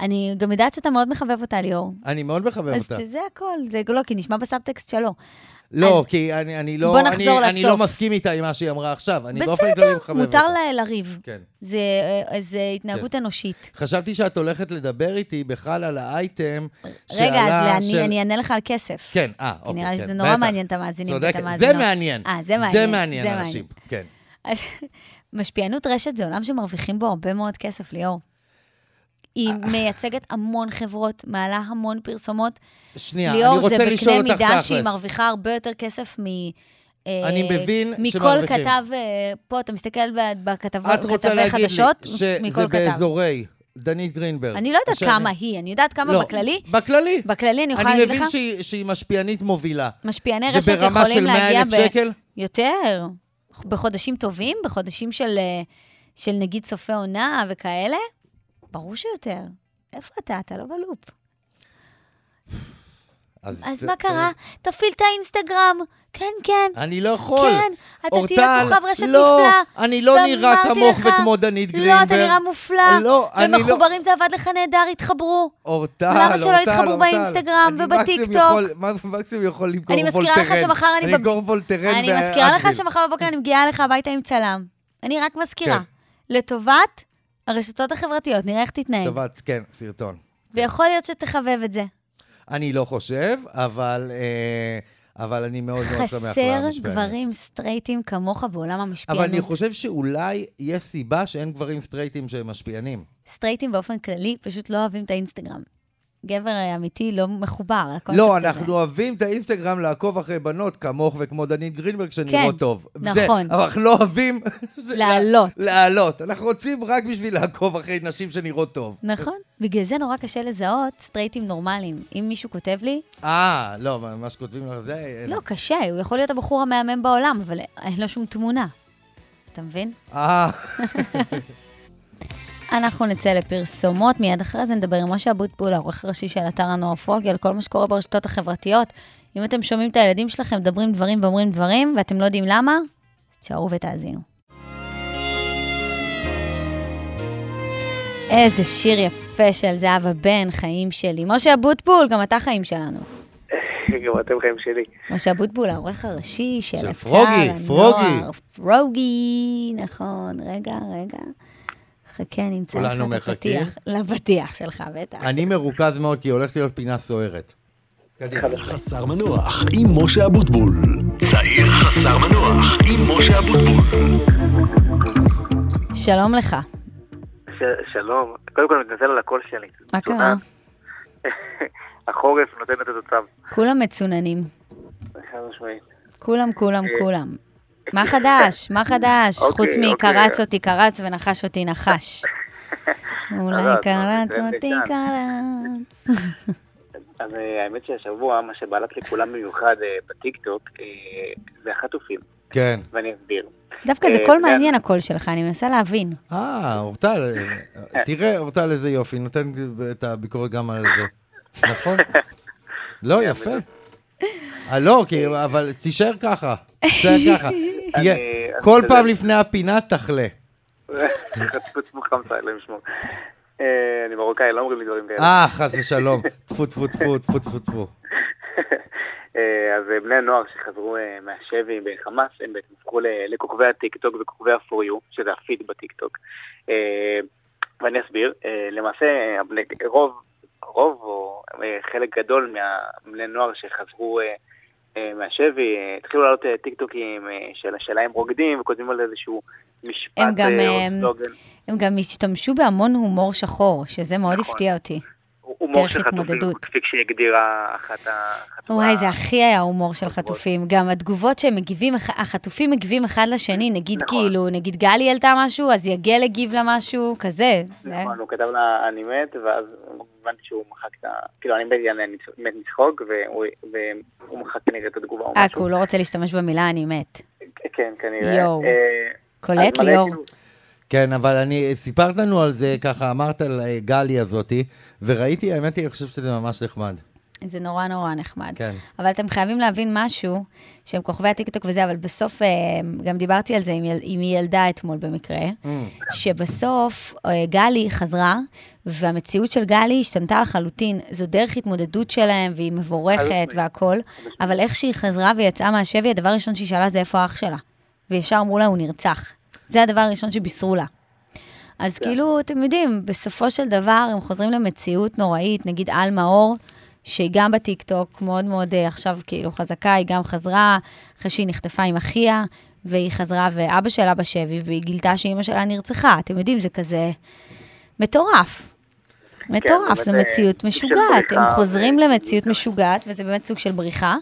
[SPEAKER 3] אני גם יודעת שאתה מאוד מחבב אותה, ליאור.
[SPEAKER 2] אני מאוד מחבב
[SPEAKER 3] אז
[SPEAKER 2] אותה.
[SPEAKER 3] זה הכל, זה לא, כי נשמע בסאבטקסט שלו.
[SPEAKER 2] לא,
[SPEAKER 3] אז-
[SPEAKER 2] כי אני, אני לא...
[SPEAKER 3] בוא נחזור
[SPEAKER 2] אני, אני
[SPEAKER 3] לסוף.
[SPEAKER 2] לא מסכים איתה עם מה שהיא אמרה עכשיו. אני באופן כללי
[SPEAKER 3] בסדר,
[SPEAKER 2] מחבב אותה.
[SPEAKER 3] מותר לה לריב.
[SPEAKER 2] כן.
[SPEAKER 3] זה אה, זה התנהגות אנושית.
[SPEAKER 2] חשבתי שאת הולכת לדבר איתי בכלל על האייטם שעלה
[SPEAKER 3] רגע, אז
[SPEAKER 2] של...
[SPEAKER 3] אני- אני אענה לך על כסף.
[SPEAKER 2] כן, אה, אוקיי.
[SPEAKER 3] נראה לי
[SPEAKER 2] כן,
[SPEAKER 3] שזה נורא
[SPEAKER 2] בטח.
[SPEAKER 3] מעניין את המאזינים ואת
[SPEAKER 2] צודקת.
[SPEAKER 3] המאזינות.
[SPEAKER 2] זה מעניין.
[SPEAKER 3] אה, זה מעניין.
[SPEAKER 2] זה מעניין
[SPEAKER 3] זה
[SPEAKER 2] אנשים, כן.
[SPEAKER 3] אז משפיענות רשת זה עולם שמרוויחים בו הרבה מאוד כסף, ליאור. היא
[SPEAKER 2] אה.
[SPEAKER 3] מייצגת המון חברות, מעלה המון פרסומות.
[SPEAKER 2] שנייה, אני
[SPEAKER 3] ליאור, זה
[SPEAKER 2] רוצה
[SPEAKER 3] בקנה
[SPEAKER 2] לשאול אותך
[SPEAKER 3] מידה
[SPEAKER 2] תכלס.
[SPEAKER 3] שהיא מרוויחה הרבה יותר כסף מ... אה,
[SPEAKER 2] אני מבין
[SPEAKER 3] מכל
[SPEAKER 2] שמרוויחים.
[SPEAKER 3] כתב, אה, פה אתה מסתכל ב- בכתבה-
[SPEAKER 2] את רוצה
[SPEAKER 3] בכתבי
[SPEAKER 2] להגיד לי
[SPEAKER 3] חדשות,
[SPEAKER 2] שזה
[SPEAKER 3] מכל כתב.
[SPEAKER 2] באזורי דנית גרינברג.
[SPEAKER 3] אני לא יודעת
[SPEAKER 2] שאני-
[SPEAKER 3] כמה היא, אני יודעת כמה
[SPEAKER 2] לא,
[SPEAKER 3] בכללי.
[SPEAKER 2] בכללי.
[SPEAKER 3] בכללי, אני יכולה
[SPEAKER 2] אני
[SPEAKER 3] להגיד לך,
[SPEAKER 2] מבין שהיא- שהיא משפיענית מובילה.
[SPEAKER 3] משפיעני
[SPEAKER 2] זה
[SPEAKER 3] רשת יכולים
[SPEAKER 2] ברמה של
[SPEAKER 3] להגיע
[SPEAKER 2] 100,000 שקל?
[SPEAKER 3] יותר, בחודשים טובים, בחודשים של, אה, של נגיד סופי עונה וכאלה, ברור שיותר. איפה אתה? אתה לא בלופ. אז
[SPEAKER 2] זה-
[SPEAKER 3] מה קרה? תפעיל את האינסטגרם. כן, כן.
[SPEAKER 2] אני לא יכול.
[SPEAKER 3] כן, אתה תהיה
[SPEAKER 2] אורטל,
[SPEAKER 3] כוכב רשת
[SPEAKER 2] לא,
[SPEAKER 3] נפלא.
[SPEAKER 2] אני לא נראה
[SPEAKER 3] ואמרתי
[SPEAKER 2] כמוך
[SPEAKER 3] לך,
[SPEAKER 2] וכמו דנית
[SPEAKER 3] לא,
[SPEAKER 2] גרינברג.
[SPEAKER 3] אתה נראה מופלא.
[SPEAKER 2] לא, אני לא-
[SPEAKER 3] ומחוברים זה עבד לך נהדר, התחברו.
[SPEAKER 2] אורטל, אורטל,
[SPEAKER 3] למה שלא יתחברו
[SPEAKER 2] אורטל.
[SPEAKER 3] באינסטגרם
[SPEAKER 2] אני
[SPEAKER 3] ובטיקטוק?
[SPEAKER 2] מקסימום יכול- מקסימום יכול למכור
[SPEAKER 3] אני
[SPEAKER 2] וולטרן.
[SPEAKER 3] מזכירה לך שמחר אני...
[SPEAKER 2] אני
[SPEAKER 3] בב-
[SPEAKER 2] אמכור וולטרן
[SPEAKER 3] אני
[SPEAKER 2] באקרים.
[SPEAKER 3] מזכירה לך שמחר בבוקר אני מגיעה אליך הביתה עם צלם. אני רק מזכירה.
[SPEAKER 2] כן.
[SPEAKER 3] לטובת הרשתות החברתיות, נראה איך תתנהג.
[SPEAKER 2] טבעת, כן, סרטון.
[SPEAKER 3] ויכול להיות שתחבב את זה.
[SPEAKER 2] אני לא חושב, אבל... אה, אבל אני מאוד מאוד שמח על
[SPEAKER 3] חסר
[SPEAKER 2] המשפיענים.
[SPEAKER 3] גברים סטרייטים כמוך בעולם
[SPEAKER 2] אבל אני
[SPEAKER 3] המשפיענות.
[SPEAKER 2] חושב שאולי יש סיבה שאין גברים סטרייטים שהם משפיענים.
[SPEAKER 3] סטרייטים באופן כללי פשוט לא אוהבים את האינסטגרם. גבר אה, אמיתי לא מחובר, הקונספט
[SPEAKER 2] לא,
[SPEAKER 3] הזה.
[SPEAKER 2] אנחנו אוהבים את האינסטגרם לעקוב אחרי בנות כמוך וכמו דנית גרינברג שנראות
[SPEAKER 3] כן,
[SPEAKER 2] טוב. זה-
[SPEAKER 3] נכון.
[SPEAKER 2] אבל אנחנו לא אוהבים... זה-
[SPEAKER 3] לעלות.
[SPEAKER 2] לעלות. אנחנו רוצים רק בשביל לעקוב אחרי נשים שנראות טוב.
[SPEAKER 3] נכון. בגלל זה נורא קשה לזהות סטרייטים נורמליים. אם מישהו כותב לי,
[SPEAKER 2] אה, לא, מה מה שכותבים לך זה... אין.
[SPEAKER 3] לא, קשה, הוא יכול להיות הבחור המהמם בעולם, אבל אין לו שום תמונה. אתה מבין?
[SPEAKER 2] אה,
[SPEAKER 3] אנחנו נצא לפרסומות, מיד אחרי זה נדבר עם משה אבוטבול, העורך הראשי של אתר הנוער פוגי, על כל מה שקורה ברשתות החברתיות. אם אתם שומעים את הילדים שלכם מדברים דברים ואומרים דברים, ואתם לא יודעים למה, תשארו ותאזינו. איזה שיר יפה של זהבה בן, חיים שלי. משה אבוטבול, גם אתה חיים שלנו.
[SPEAKER 4] גם אתם חיים שלי.
[SPEAKER 3] משה אבוטבול, העורך הראשי של
[SPEAKER 2] של
[SPEAKER 3] אתר
[SPEAKER 2] פרוגי, פרוגי.
[SPEAKER 3] הנוער. פרוגי, נכון. רגע, רגע. חכה, אני אמצא לך
[SPEAKER 2] כולנו
[SPEAKER 3] את
[SPEAKER 2] מחכים.
[SPEAKER 3] הפתיח. לפתיח שלך, בטח.
[SPEAKER 2] אני מרוכז מאוד, כי הולכת להיות פינה סוערת. קדימה.
[SPEAKER 1] חסר מנוח עם משה אבוטבול. צעיר חסר מנוח עם משה אבוטבול.
[SPEAKER 3] שלום לך.
[SPEAKER 5] ש- שלום, קודם כל אני מתנצל על הקול שלי.
[SPEAKER 3] מה
[SPEAKER 5] תזונה.
[SPEAKER 3] קרה?
[SPEAKER 5] החורף נותן את התוצב.
[SPEAKER 3] כולם מצוננים.
[SPEAKER 5] חד משמעית.
[SPEAKER 3] כולם, כולם, כולם. מה חדש? מה חדש?
[SPEAKER 5] אה, אוקיי,
[SPEAKER 3] חוץ
[SPEAKER 5] אוקיי.
[SPEAKER 3] מקרץ אותי קרץ ונחש אותי נחש. אולי
[SPEAKER 5] אז,
[SPEAKER 3] קרץ
[SPEAKER 5] אז, אז,
[SPEAKER 3] אותי
[SPEAKER 5] אז,
[SPEAKER 3] קרץ.
[SPEAKER 5] אז אה, האמת שהשבוע, מה שבלט לכולם במיוחד אה, בטיקטוק, אה, זה החטופים,
[SPEAKER 2] כן.
[SPEAKER 5] ואני אסביר.
[SPEAKER 3] דווקא זה
[SPEAKER 5] אה,
[SPEAKER 3] קול
[SPEAKER 5] זה-
[SPEAKER 3] מעניין הקול שלך, אני מנסה להבין.
[SPEAKER 2] אה, אורטל, תראה, אורטל, איזה יופי, נותן את הביקורת גם על זה. נכון? לא, יפה. אה, לא, כי- אבל תישאר ככה, תישאר ככה. תהיה,
[SPEAKER 5] אני-
[SPEAKER 2] כל
[SPEAKER 5] אני-
[SPEAKER 2] פעם לפני הפינה תחלה.
[SPEAKER 5] חטפו עצמו חמסה, אלוהים ישמור. אה, אני מרוקאי, לא אומרים לי דברים כאלה.
[SPEAKER 2] אה, חס ושלום. טפו, טפו, טפו, טפו, טפו, טפו.
[SPEAKER 5] אה, אז אה, בני הנוער שחזרו אה, מהשבי בחמאס, הם בעצם הפכו ל- לכוכבי הטיקטוק וכוכבי ה-4U, שזה הפיד בטיקטוק. אה, ואני אסביר, אה, למעשה אה, הבני- רוב, רוב או אה, חלק גדול מהבני נוער שחזרו אה, אה, מהשבי, אה, התחילו לעלות אה, טיקטוקים אה, של- שלהם רוקדים וכותבים על איזשהו משפט
[SPEAKER 3] הם גם,
[SPEAKER 5] אה, או
[SPEAKER 3] אה,
[SPEAKER 5] סלוגן.
[SPEAKER 3] הם גם השתמשו בהמון הומור שחור, שזה מאוד
[SPEAKER 5] נכון.
[SPEAKER 3] הפתיע אותי.
[SPEAKER 5] הוא הוא
[SPEAKER 3] דרך
[SPEAKER 5] של
[SPEAKER 3] התמודדות.
[SPEAKER 5] חטופים, כפי שהגדירה אחת ה... אחת
[SPEAKER 3] וואי,
[SPEAKER 5] מה-
[SPEAKER 3] זה הכי היה הומור של
[SPEAKER 5] התגובות.
[SPEAKER 3] חטופים. גם התגובות שהם מגיבים, אח- החטופים מגיבים אחד לשני, נגיד
[SPEAKER 5] נכון.
[SPEAKER 3] כאילו, נגיד גלי העלתה משהו, אז יגל הגיב לה משהו, כזה. אה,
[SPEAKER 5] נכון, הוא כתב לה אני מת, ואז הבנתי שהוא מחק את ה... כאילו, אני מת, יאללה, אני מת מצחוק, והוא- והוא מחק כנראה את התגובה או
[SPEAKER 3] אה, כי
[SPEAKER 5] משהו.
[SPEAKER 3] הוא לא רוצה להשתמש במילה אני מת.
[SPEAKER 5] כן, כנראה.
[SPEAKER 3] יואו.
[SPEAKER 5] אה,
[SPEAKER 3] קולט
[SPEAKER 5] אז מלא,
[SPEAKER 3] ליאור.
[SPEAKER 5] כאילו,
[SPEAKER 2] כן, אבל אני, סיפרת לנו על זה, ככה אמרת על אה, גלי הזאתי, וראיתי, האמת היא, אני חושב שזה ממש נחמד.
[SPEAKER 3] זה נורא נורא נחמד.
[SPEAKER 2] כן.
[SPEAKER 3] אבל אתם חייבים להבין משהו, שהם כוכבי הטיקטוק וזה, אבל בסוף, אה, גם דיברתי על זה עם, יל, עם ילדה אתמול במקרה, שבסוף אה, גלי חזרה, והמציאות של גלי השתנתה לחלוטין. זו דרך התמודדות שלהם, והיא מבורכת והכול, אבל איך שהיא חזרה ויצאה מהשבי, הדבר הראשון שהיא שאלה זה איפה האח שלה. וישר אמרו לה, הוא נרצח. זה הדבר הראשון שבישרו לה. אז כאילו, אתם יודעים, בסופו של דבר הם חוזרים למציאות נוראית, נגיד על מאור, שהיא גם בטיקטוק מאוד מאוד אה, עכשיו כאילו חזקה, היא גם חזרה, אחרי שהיא נחטפה עם אחיה, והיא חזרה ואבא שלה בשבי, והיא גילתה שאימא שלה נרצחה. אתם יודעים, זה כזה מטורף. מטורף,
[SPEAKER 5] באמת,
[SPEAKER 3] זו
[SPEAKER 5] אה,
[SPEAKER 3] מציאות
[SPEAKER 5] סוג של
[SPEAKER 3] משוגעת. הם
[SPEAKER 5] בריחה,
[SPEAKER 3] חוזרים
[SPEAKER 5] אה,
[SPEAKER 3] למציאות משוגעת, וזה באמת סוג של בריחה.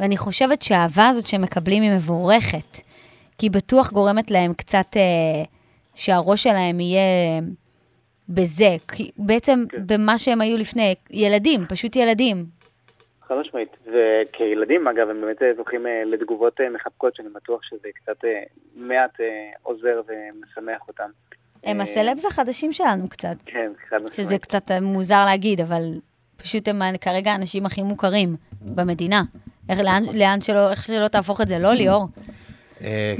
[SPEAKER 3] ואני חושבת שהאהבה הזאת שהם מקבלים היא מבורכת, כי היא בטוח גורמת להם קצת, אה, שהראש שלהם יהיה בזה, כי בעצם כן. במה שהם היו לפני, ילדים, פשוט ילדים.
[SPEAKER 5] חד משמעית. וכילדים, אגב, הם באמת אה, זוכים אה, לתגובות אה, מחבקות, שאני בטוח שזה קצת אה, מעט אה, עוזר ומשמח אותם.
[SPEAKER 3] הם
[SPEAKER 5] אה,
[SPEAKER 3] הסלבס החדשים שלנו קצת,
[SPEAKER 5] כן, חד משמעית.
[SPEAKER 3] שזה קצת אה, מוזר להגיד, אבל פשוט הם אה, כרגע האנשים הכי מוכרים במדינה. איך, לאן,
[SPEAKER 5] נכון.
[SPEAKER 3] לאן שלא, איך שלא תהפוך את זה, לא ליאור.
[SPEAKER 2] אה, כן.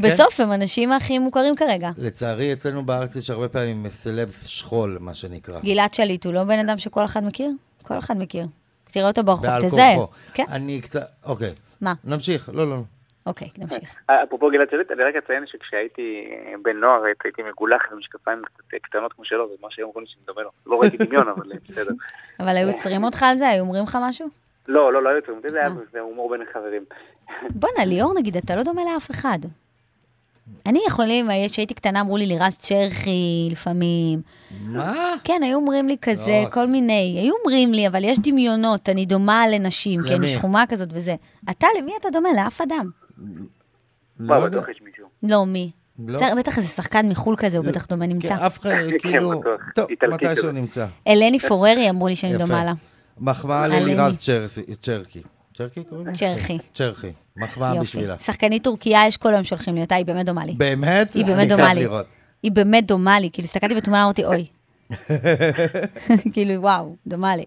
[SPEAKER 2] לא.
[SPEAKER 3] בסוף הם האנשים הכי מוכרים כרגע.
[SPEAKER 2] לצערי, אצלנו בארץ יש הרבה פעמים סלבס שכול, מה שנקרא.
[SPEAKER 3] גלעד שליט הוא לא בן אדם שכל אחד מכיר? כל אחד מכיר. תראה אותו ברחוב,
[SPEAKER 2] בעל
[SPEAKER 3] תזהה.
[SPEAKER 2] כורחו.
[SPEAKER 3] כן,
[SPEAKER 2] אני קצת, אוקיי.
[SPEAKER 3] מה?
[SPEAKER 2] נמשיך, לא, לא. לא.
[SPEAKER 3] אוקיי, נמשיך.
[SPEAKER 5] אה, אפרופו גלעד שליט, אני רק אציין שכשהייתי אה, בן נוער הייתי- הייתי מגולח עם משקפיים קצת אה, קטנות כמו שלו, זה מה שהיום קוראים לי שאני מדבר לו. לא ראיתי דמיון, אבל אה, בסדר.
[SPEAKER 3] אבל היו עוצרים אותך על זה? היו אומרים לך משהו?
[SPEAKER 5] לא, לא, לא היו יותר מדי, זה היה
[SPEAKER 3] אה.
[SPEAKER 5] זה הומור בין החברים.
[SPEAKER 3] בואנה, ליאור, נגיד, אתה לא דומה לאף אחד. אני יכולים, אה, כשהייתי קטנה אמרו לי לירז צ'רחי לפעמים.
[SPEAKER 2] מה?
[SPEAKER 3] כן, היו אומרים לי כזה,
[SPEAKER 2] לא.
[SPEAKER 3] כל מיני. היו אומרים לי, אבל יש דמיונות, אני דומה לנשים, כי אני
[SPEAKER 2] למי?
[SPEAKER 3] שחומה כזאת וזה. אתה, למי אתה דומה? לאף אדם.
[SPEAKER 2] לא
[SPEAKER 5] וואו,
[SPEAKER 2] יודע.
[SPEAKER 5] בטוח יש מישהו.
[SPEAKER 3] לא, מי?
[SPEAKER 2] לא.
[SPEAKER 3] צריך- בטח איזה שחקן מחול כזה, הוא בטח דומה נמצא.
[SPEAKER 2] כן, אף אחד, כאילו...
[SPEAKER 5] בטוח.
[SPEAKER 2] טוב,
[SPEAKER 5] איטלקי
[SPEAKER 2] מתישהו
[SPEAKER 5] כזה.
[SPEAKER 2] נמצא.
[SPEAKER 3] אלני פוררי אמרו לי שאני
[SPEAKER 2] יפה.
[SPEAKER 3] דומה לה.
[SPEAKER 2] מחמאה
[SPEAKER 3] עלינו.
[SPEAKER 2] ללירז צ'רסי- צ'רקי. צ'רקי קוראים לה?
[SPEAKER 3] צ'רחי.
[SPEAKER 2] צ'רחי. מחמאה
[SPEAKER 3] יופי.
[SPEAKER 2] בשבילה.
[SPEAKER 3] שחקנית טורקיה, יש כל היום שולחים לי אותה, היא באמת דומה לי.
[SPEAKER 2] באמת?
[SPEAKER 3] היא באמת
[SPEAKER 2] אני
[SPEAKER 3] דומה
[SPEAKER 2] חייב
[SPEAKER 3] לי.
[SPEAKER 2] לראות.
[SPEAKER 3] היא באמת דומה לי. כאילו, הסתכלתי בתמונה, אמרתי, אוי. כאילו, וואו, דומה לי.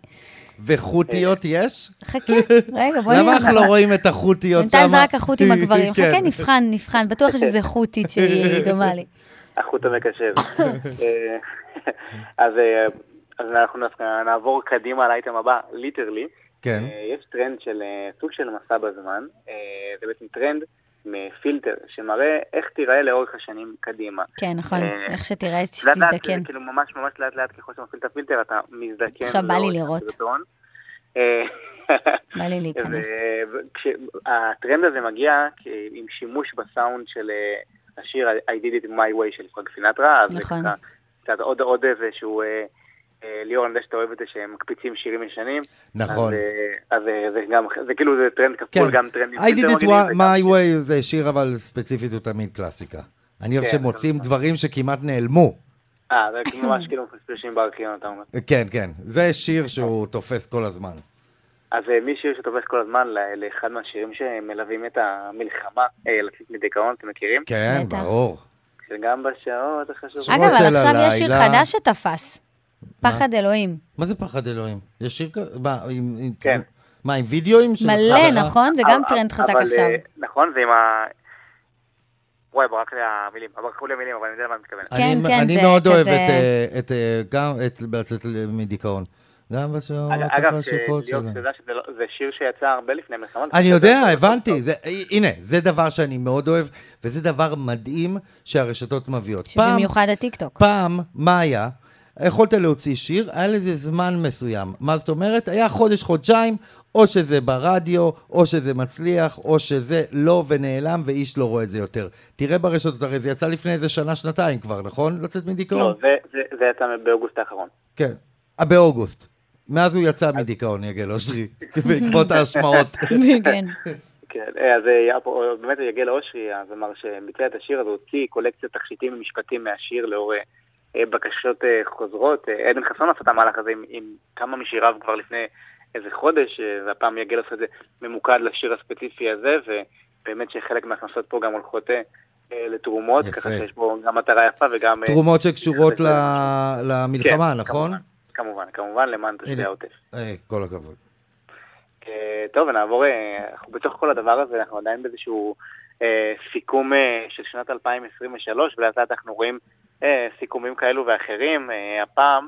[SPEAKER 2] וחוטיות
[SPEAKER 5] אה.
[SPEAKER 2] יש?
[SPEAKER 3] חכה, רגע, בואי נראה.
[SPEAKER 2] למה אנחנו לא רואים את החוטיות שם?
[SPEAKER 3] בינתיים זה רק החות'ים הגברים.
[SPEAKER 2] כן.
[SPEAKER 3] חכה, נבחן, נבחן. בטוח יש איזה חות'ית שהיא דומה לי.
[SPEAKER 5] החוט המקשר. אה, אז אה, אז אנחנו דווקא נעבור קדימה לאייטם הבא, ליטרלי.
[SPEAKER 2] כן.
[SPEAKER 5] אה, יש טרנד של אה, סוג של מסע בזמן, אה, זה בעצם טרנד מפילטר, שמראה איך תיראה לאורך השנים קדימה.
[SPEAKER 3] כן, נכון.
[SPEAKER 5] אה,
[SPEAKER 3] איך שתראה,
[SPEAKER 5] לאט לאט,
[SPEAKER 3] שתזדקן.
[SPEAKER 5] כאילו ממש ממש לאט לאט, ככל שאתה מפעיל את הפילטר, אתה מזדקן.
[SPEAKER 3] עכשיו בא לי
[SPEAKER 5] לאורך
[SPEAKER 3] לראות.
[SPEAKER 5] הסרטון. אה,
[SPEAKER 3] בא לי להיכנס.
[SPEAKER 5] ו- וכש- הטרנד הזה מגיע כ- עם שימוש בסאונד של אה, השיר I did it my way של פרנק סינטרה, אז זה
[SPEAKER 3] נכון.
[SPEAKER 5] ככה, קצת עוד עוד איזשהו, אה, אה, ליאור, אני יודע שאתה אוהב את זה שהם מקפיצים שירים ישנים.
[SPEAKER 2] נכון.
[SPEAKER 5] אז, אה, אז אה, זה גם, זה כאילו זה טרנד כפול, גם טרנד עם
[SPEAKER 2] כן. I did
[SPEAKER 5] פילטר
[SPEAKER 2] it
[SPEAKER 5] מגניב,
[SPEAKER 2] wa-
[SPEAKER 5] וגם-
[SPEAKER 2] my way זה שיר, אבל ספציפית הוא תמיד קלאסיקה. אני אוהב
[SPEAKER 5] כן,
[SPEAKER 2] שמוצאים דברים שכמעט נעלמו.
[SPEAKER 5] אה, זה כאילו ממש כאילו מפספשים בארכיון, אתה אומר.
[SPEAKER 2] כן, כן. זה שיר שהוא תופס כל הזמן.
[SPEAKER 5] אז אה, מי שיר שתופס כל הזמן ל- לאחד מהשירים שמלווים את המלחמה, אה, לצאת מדיכאון, אתם מכירים?
[SPEAKER 2] כן,
[SPEAKER 3] בטח.
[SPEAKER 2] ברור.
[SPEAKER 5] שגם בשעות החשובות.
[SPEAKER 3] אגב,
[SPEAKER 2] של
[SPEAKER 3] אבל עכשיו יש שיר
[SPEAKER 2] הלילה.
[SPEAKER 3] חדש שתפס. פחד אלוהים.
[SPEAKER 2] מה זה פחד אלוהים? יש שיר כזה? מה, עם... עם-
[SPEAKER 5] כן.
[SPEAKER 2] מה, עם וידאוים של
[SPEAKER 3] מלא,
[SPEAKER 2] חברה?
[SPEAKER 3] נכון? זה גם טרנד חזק
[SPEAKER 5] אבל,
[SPEAKER 3] עכשיו.
[SPEAKER 5] אה, נכון, ועם ה... וואי, ברח לי המילים. ברחו לי המילים, אבל אני יודע למה אני מתכוון.
[SPEAKER 2] אני-
[SPEAKER 3] כן, כן,
[SPEAKER 2] אני
[SPEAKER 3] זה
[SPEAKER 2] מאוד אוהב
[SPEAKER 3] כזה-
[SPEAKER 2] את... אה, את... אה, גם את... לצאת מדיכאון. גם בשעות
[SPEAKER 5] אגב, אה,
[SPEAKER 2] החשוכות
[SPEAKER 5] ליאור,
[SPEAKER 2] שלהם.
[SPEAKER 5] אתה יודע שזה לא- זה שיר שיצא הרבה לפני המלחמה.
[SPEAKER 2] אני יודע, הבנתי. זה, הנה, זה דבר שאני מאוד אוהב, וזה דבר מדהים שהרשתות מביאות. פעם,
[SPEAKER 3] שבמיוחד הטיקטוק.
[SPEAKER 2] פעם, מה היה? יכולת להוציא שיר, היה לזה זמן מסוים. מה זאת אומרת? היה חודש, חודשיים, או שזה ברדיו, או שזה מצליח, או שזה לא ונעלם, ואיש לא רואה את זה יותר. תראה ברשתות, הרי זה יצא לפני איזה שנה, שנתיים כבר, נכון? לצאת מדיכאון?
[SPEAKER 5] לא, זה- זה- זה יצא באוגוסט האחרון.
[SPEAKER 2] כן. אה, באוגוסט. מאז הוא יצא מדיכאון, יגל אושרי, בעקבות ההשמעות.
[SPEAKER 3] כן.
[SPEAKER 5] כן, אה, אז אה, היה פה, אה, באמת יגל אושרי, הזמר שביצע את השיר הזה, הוציא קולקציית תכשיטים ומשפטים מהשיר לאור אה, אה, בקשות אה, חוזרות. אה, עדן חסון עשה את המהלך הזה עם, עם כמה משיריו כבר לפני איזה חודש, אה, והפעם יגל עושה את זה ממוקד לשיר הספציפי הזה, ובאמת שחלק מההכנסות פה גם הולכות אה, אה, לתרומות,
[SPEAKER 2] יפה.
[SPEAKER 5] ככה שיש פה גם מטרה יפה וגם... אה,
[SPEAKER 2] תרומות שקשורות
[SPEAKER 5] כן,
[SPEAKER 2] ל- למלחמה,
[SPEAKER 5] כן,
[SPEAKER 2] נכון?
[SPEAKER 5] כמובן, כמובן, כמובן, למען תושבי
[SPEAKER 2] הנה.
[SPEAKER 5] העוטף.
[SPEAKER 2] אה, כל הכבוד.
[SPEAKER 5] אה, טוב, נעבור, אה, אנחנו בתוך כל הדבר הזה, אנחנו עדיין באיזשהו אה, סיכום אה, של שנת 2023, ולאט לאט אנחנו רואים אה, סיכומים כאלו ואחרים. אה, הפעם,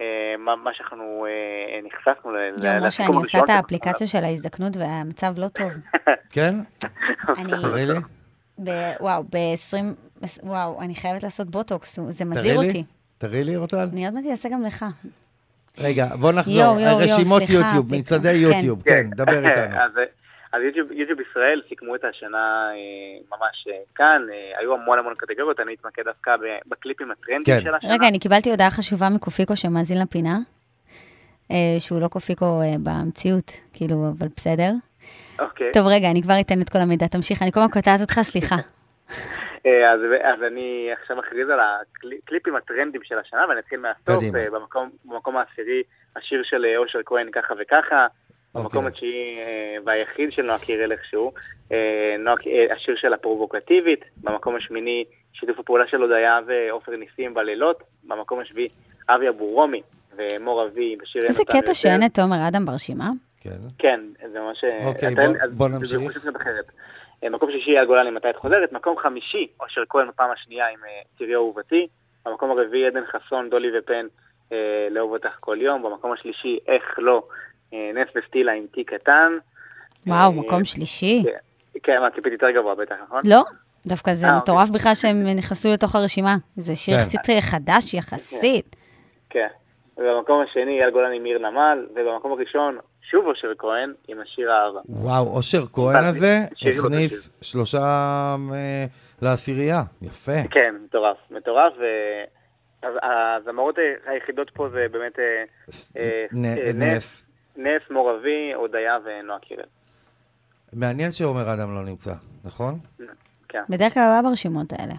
[SPEAKER 5] אה, מה, מה שאנחנו אה, נחשפנו ל-
[SPEAKER 3] יום, משה, אני
[SPEAKER 5] לסיכום
[SPEAKER 3] עושה את
[SPEAKER 5] הראשון
[SPEAKER 3] האפליקציה של ההזדקנות והמצב לא טוב.
[SPEAKER 2] כן?
[SPEAKER 3] אני,
[SPEAKER 2] תראי לי.
[SPEAKER 3] ב- וואו, ב-20, וואו, אני חייבת לעשות בוטוקס, זה מזהיר
[SPEAKER 2] תראי לי.
[SPEAKER 3] אותי.
[SPEAKER 2] תראי לי, רוטל.
[SPEAKER 3] אני עוד מעט אעשה גם לך.
[SPEAKER 2] רגע, בוא נחזור.
[SPEAKER 3] יואו, יואו,
[SPEAKER 2] רשימות
[SPEAKER 3] סליחה,
[SPEAKER 2] יוטיוב,
[SPEAKER 3] פתאום.
[SPEAKER 2] מצעדי
[SPEAKER 3] כן.
[SPEAKER 2] יוטיוב, כן, דבר איתנו.
[SPEAKER 5] אז, אה, אז יוטיוב, יוטיוב ישראל סיכמו את השנה אה, ממש אה, כאן, אה, היו המון המון קטגוריות, אני אתמקד דווקא ב- בקליפים הטרנדים
[SPEAKER 2] כן.
[SPEAKER 5] של השנה.
[SPEAKER 3] רגע, אני קיבלתי הודעה חשובה מקופיקו שמאזין לפינה, אה, שהוא לא קופיקו אה, במציאות, כאילו, אבל בסדר.
[SPEAKER 5] אוקיי.
[SPEAKER 3] טוב, רגע, אני כבר אתן את כל המידע, תמשיך, אני כל הזמן קוטעת אותך, סליחה.
[SPEAKER 5] כן, אה, אז, אז אני עכשיו מכריז על הקליפים הטרנדים של השנה, ואני אתחיל מהסוף,
[SPEAKER 2] קדימה.
[SPEAKER 5] אה, במקום, במקום העשירי, השיר של אה, אושר כהן ככה וככה, במקום
[SPEAKER 2] אוקיי.
[SPEAKER 5] התשיעי אה, והיחיד של נועה קירל איכשהו, אה, נועה, ק- אה, השיר של הפרובוקטיבית, במקום השמיני, שיתוף הפעולה של הודיה ועופר ניסים בלילות, במקום השביעי, אבי אבורומי ומור אבי בשיר... "אין
[SPEAKER 3] איזה
[SPEAKER 5] אותנו
[SPEAKER 3] קטע
[SPEAKER 5] יותר".
[SPEAKER 3] שאין את תומר אדם ברשימה?
[SPEAKER 2] כן.
[SPEAKER 5] כן, זה ממש...
[SPEAKER 2] אוקיי,
[SPEAKER 5] אתה-
[SPEAKER 2] בוא-
[SPEAKER 5] אז
[SPEAKER 2] בוא
[SPEAKER 5] זה- זה
[SPEAKER 2] נמשיך.
[SPEAKER 5] חושב קצת אחרת. אה, מקום שישי, אייל גולני, מתי את חוזרת? מקום חמישי, אושר כהן בפעם השנייה עם אה, צירי אהובתי. במקום הרביעי, עדן חסון, דולי ופן, אה, לאהוב אותך כל יום. במקום השלישי, איך לא, אה, נס וסטילה עם תיק קטן.
[SPEAKER 3] וואו,
[SPEAKER 5] אה,
[SPEAKER 3] מקום שלישי.
[SPEAKER 5] כן, כן, מה, ציפית יותר גבוה בטח, נכון?
[SPEAKER 3] לא, דווקא זה
[SPEAKER 5] אה,
[SPEAKER 3] מטורף בכלל שהם נכנסו לתוך הרשימה. זה שיר
[SPEAKER 2] כן.
[SPEAKER 3] יחסית אה, חדש יחסית.
[SPEAKER 5] כן. ובמקום השני, אייל גולני, מיר נמל. ובמקום הראשון, שוב אושר כהן עם השיר האהבה.
[SPEAKER 2] וואו, אושר כהן הזה
[SPEAKER 5] שיר לא
[SPEAKER 2] הכניס שלושה אה, לעשירייה. יפה.
[SPEAKER 5] כן, מטורף, מטורף. ו... אז הזמרות היחידות פה זה באמת אה,
[SPEAKER 2] ס-
[SPEAKER 5] אה,
[SPEAKER 2] נ-
[SPEAKER 5] אה,
[SPEAKER 2] נס.
[SPEAKER 5] נס, מור אבי, הודיה ונועה קירל.
[SPEAKER 2] מעניין שעומר אדם לא נמצא, נכון?
[SPEAKER 5] כן.
[SPEAKER 3] בדרך כלל הוא היה ברשימות האלה.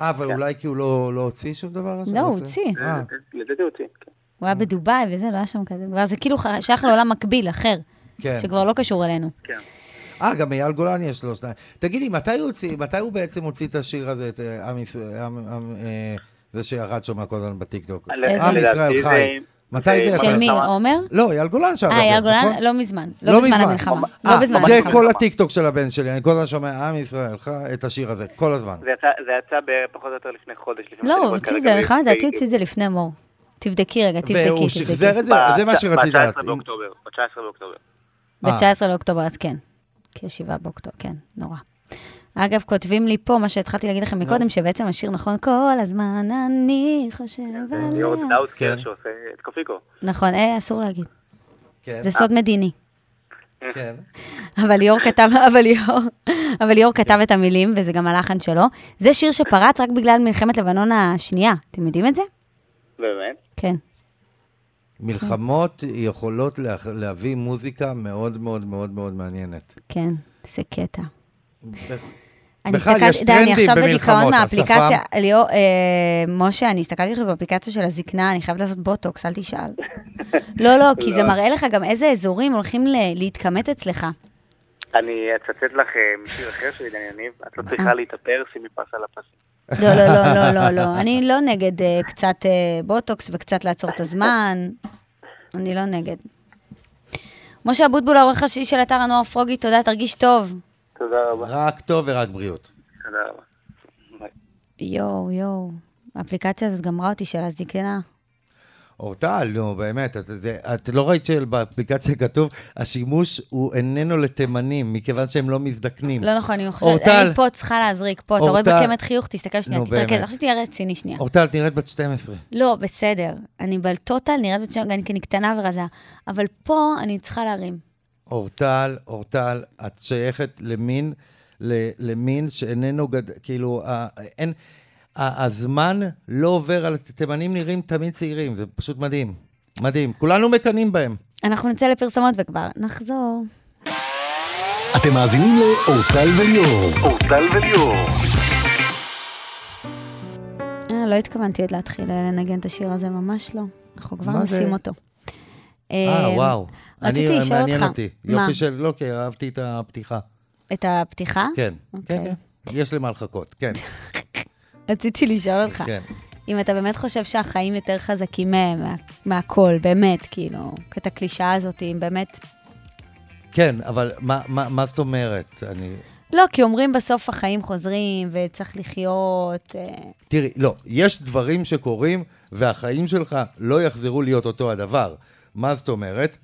[SPEAKER 2] אה, אבל אולי כי הוא לא לא הוציא שום דבר? אז
[SPEAKER 3] לא, הוא
[SPEAKER 2] רוצה-
[SPEAKER 3] הוציא.
[SPEAKER 2] אה,
[SPEAKER 5] לדעתי אותי. כן.
[SPEAKER 3] הוא היה בדובאי וזה, לא היה שם כזה דבר. זה כאילו ח- שייך לעולם מקביל, אחר,
[SPEAKER 2] כן.
[SPEAKER 3] שכבר לא קשור אלינו.
[SPEAKER 5] כן.
[SPEAKER 2] אה, גם אייל גולן יש לו שניים. תגידי, מתי הוא, הוציא, מתי הוא בעצם הוציא את השיר הזה, את אה, עם ישראל, עם- עם, אה, זה שירד שם כל הזמן בטיקטוק?
[SPEAKER 5] אה, לדעתי
[SPEAKER 2] עם ישראל
[SPEAKER 5] זה-
[SPEAKER 2] חי. מתי זה
[SPEAKER 5] כן. זה-
[SPEAKER 2] יצא?
[SPEAKER 3] של מי,
[SPEAKER 5] כמה-
[SPEAKER 3] עומר?
[SPEAKER 2] לא, אייל גולן שם.
[SPEAKER 3] אה, אייל גולן? לא מזמן. לא בזמן המלחמה. לא
[SPEAKER 2] אה,
[SPEAKER 3] בזמן
[SPEAKER 2] זה
[SPEAKER 3] המלחמה.
[SPEAKER 2] כל הטיקטוק של הבן שלי, אני כל הזמן שומע עם ישראל חי, את השיר הזה, כל הזמן.
[SPEAKER 5] זה יצא- זה יצא פחות או יותר לפני חודש. לפני מה
[SPEAKER 3] לא,
[SPEAKER 5] שאני
[SPEAKER 3] הוא
[SPEAKER 5] רואה
[SPEAKER 3] הוציא את
[SPEAKER 5] כרגע
[SPEAKER 3] זה,
[SPEAKER 5] ב-
[SPEAKER 3] לך לדעתי
[SPEAKER 5] ביוטיוב.
[SPEAKER 3] הוציא את זה לפני מור. תבדקי רגע, תבדקי,
[SPEAKER 2] והוא שחזר
[SPEAKER 3] תבדקי.
[SPEAKER 2] את זה, זה מה שרציתי לדעת.
[SPEAKER 5] ב-19 באוקטובר. ב-19 באוקטובר.
[SPEAKER 2] אה.
[SPEAKER 3] ב-19 לאוקטובר, אז כן. כ-7 באוקטובר, כן, נורא. אגב, כותבים לי פה מה שהתחלתי להגיד לכם
[SPEAKER 5] לא.
[SPEAKER 3] מקודם, שבעצם השיר נכון כל הזמן, אני חושב
[SPEAKER 5] זה
[SPEAKER 3] עליה.
[SPEAKER 5] ליאור דאוטקר
[SPEAKER 2] כן.
[SPEAKER 5] שעושה את קופיקו.
[SPEAKER 3] נכון, אה, אסור להגיד.
[SPEAKER 2] כן,
[SPEAKER 3] זה סוד מדיני.
[SPEAKER 2] כן.
[SPEAKER 3] אבל ליאור כתב, אבל ליאור, אבל ליאור
[SPEAKER 2] כן.
[SPEAKER 3] כתב את המילים, וזה גם הלחן שלו. זה שיר שפרץ רק בגלל מלחמת לבנון השנייה. אתם יודעים את זה?
[SPEAKER 5] באמת?
[SPEAKER 3] כן.
[SPEAKER 2] מלחמות יכולות לה- להביא מוזיקה מאוד מאוד מאוד מאוד מעניינת.
[SPEAKER 3] כן, זה קטע. אני
[SPEAKER 2] בכלל,
[SPEAKER 3] הסתכלתי-
[SPEAKER 2] יש
[SPEAKER 3] די, אני
[SPEAKER 2] טרנדים
[SPEAKER 3] עכשיו
[SPEAKER 2] במלחמות,
[SPEAKER 3] בדיכאון
[SPEAKER 2] השפה.
[SPEAKER 3] מהאפליקציה. ליאור, אה, משה, אני הסתכלתי עכשיו באפליקציה של הזקנה, אני חייבת לעשות בוטוקס, אל תשאל. לא, לא, כי זה מראה לך גם איזה אזורים הולכים ל- להתכמת אצלך.
[SPEAKER 5] אני אצטט לך אה, משיר אחר של עידן יניב, את לא
[SPEAKER 3] אה.
[SPEAKER 5] צריכה להתאפר, שימי פס על הפסים.
[SPEAKER 3] לא, לא, לא, לא, לא, לא. אני לא נגד אה, קצת אה, בוטוקס וקצת לעצור את הזמן. אני לא נגד. משה אבוטבול, העורך הראשי של אתר הנוער פרוגי, תודה, תרגיש טוב.
[SPEAKER 5] תודה רבה.
[SPEAKER 2] רק טוב ורק בריאות.
[SPEAKER 5] תודה רבה. ביי.
[SPEAKER 3] יואו, יואו. האפליקציה הזאת גמרה אותי של הזקנה.
[SPEAKER 2] אורטל, נו, באמת, את, זה, את לא ראית שבאפליקציה כתוב, השימוש הוא איננו לתימנים, מכיוון שהם לא מזדקנים.
[SPEAKER 3] לא נכון, אני חושבת,
[SPEAKER 2] אורטל.
[SPEAKER 3] אני פה צריכה להזריק, פה, אתה רואה
[SPEAKER 2] אורטל.
[SPEAKER 3] בקמת חיוך, תסתכל שנייה,
[SPEAKER 2] נו,
[SPEAKER 3] תתרכז,
[SPEAKER 2] באמת.
[SPEAKER 3] עכשיו תהיה רציני שנייה.
[SPEAKER 2] אורטל, את נראית בת 12.
[SPEAKER 3] לא, בסדר, אני בטוטל נראית בת שנייה, כי אני קטנה ורזה, אבל פה אני צריכה להרים.
[SPEAKER 2] אורטל, אורטל, את שייכת למין, ל, למין שאיננו גד... כאילו, ה, אין... ה, הזמן לא עובר על... תימנים נראים תמיד צעירים, זה פשוט מדהים. מדהים. כולנו מקנאים בהם.
[SPEAKER 3] אנחנו נצא לפרסומות וכבר נחזור.
[SPEAKER 1] אתם מאזינים לאורטל וליאור.
[SPEAKER 6] אורטל וליאור.
[SPEAKER 3] אה, לא התכוונתי עוד להתחיל אה, לנגן את השיר הזה, ממש לא. אנחנו כבר
[SPEAKER 2] מה זה?
[SPEAKER 3] נשים אותו.
[SPEAKER 2] אה,
[SPEAKER 3] אה,
[SPEAKER 2] וואו.
[SPEAKER 3] רציתי
[SPEAKER 2] אני- אה,
[SPEAKER 3] לשאול
[SPEAKER 2] מעניין
[SPEAKER 3] אותך.
[SPEAKER 2] אותי.
[SPEAKER 3] מה?
[SPEAKER 2] יופי של... לא, כי אהבתי את הפתיחה.
[SPEAKER 3] את הפתיחה?
[SPEAKER 2] כן. כן,
[SPEAKER 3] אוקיי.
[SPEAKER 2] כן. יש למה לחכות, כן.
[SPEAKER 3] רציתי לשאול אותך,
[SPEAKER 2] כן.
[SPEAKER 3] אם אתה באמת חושב שהחיים יותר חזקים מה- מה- מהכל, באמת, כאילו, את הקלישאה הזאת, אם באמת...
[SPEAKER 2] כן, אבל מה- מה מה זאת אומרת? אני...
[SPEAKER 3] לא, כי אומרים בסוף החיים חוזרים, וצריך לחיות... אה,
[SPEAKER 2] תראי, לא, יש דברים שקורים, והחיים שלך לא יחזרו להיות אותו הדבר. מה זאת אומרת?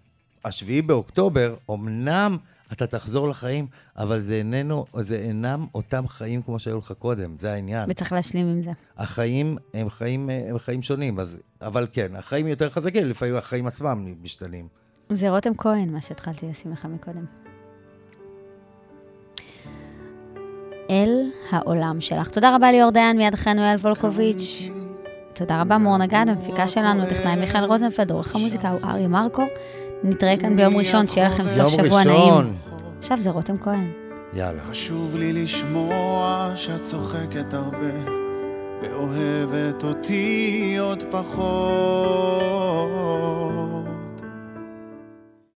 [SPEAKER 2] השביעי באוקטובר, אמנם אתה תחזור לחיים, אבל זה איננו, זה אינם אותם חיים כמו שהיו לך קודם, זה העניין.
[SPEAKER 3] וצריך להשלים עם זה.
[SPEAKER 2] החיים הם חיים, אה, הם חיים שונים, אז, אבל כן, החיים יותר חזקים, לפעמים החיים עצמם משתנים.
[SPEAKER 3] זה רותם כהן, מה שהתחלתי לשים לך מקודם. אל העולם שלך. תודה רבה ליאור דיין, מיד אחרינו אייל וולקוביץ'. תודה רבה מור נגד, המפיקה שלנו, הטכנאי מיכאל רוזנפלד, עורך המוזיקה הוא אריה מרקו. נתראה כאן ביום ראשון, שיהיה לכם סוף
[SPEAKER 2] יום
[SPEAKER 3] שבוע נעים.
[SPEAKER 2] ראשון,
[SPEAKER 3] עכשיו זה רותם כהן.
[SPEAKER 2] יאללה.
[SPEAKER 7] חשוב לי לשמוע שאת צוחקת הרבה ואוהבת אותי עוד פחות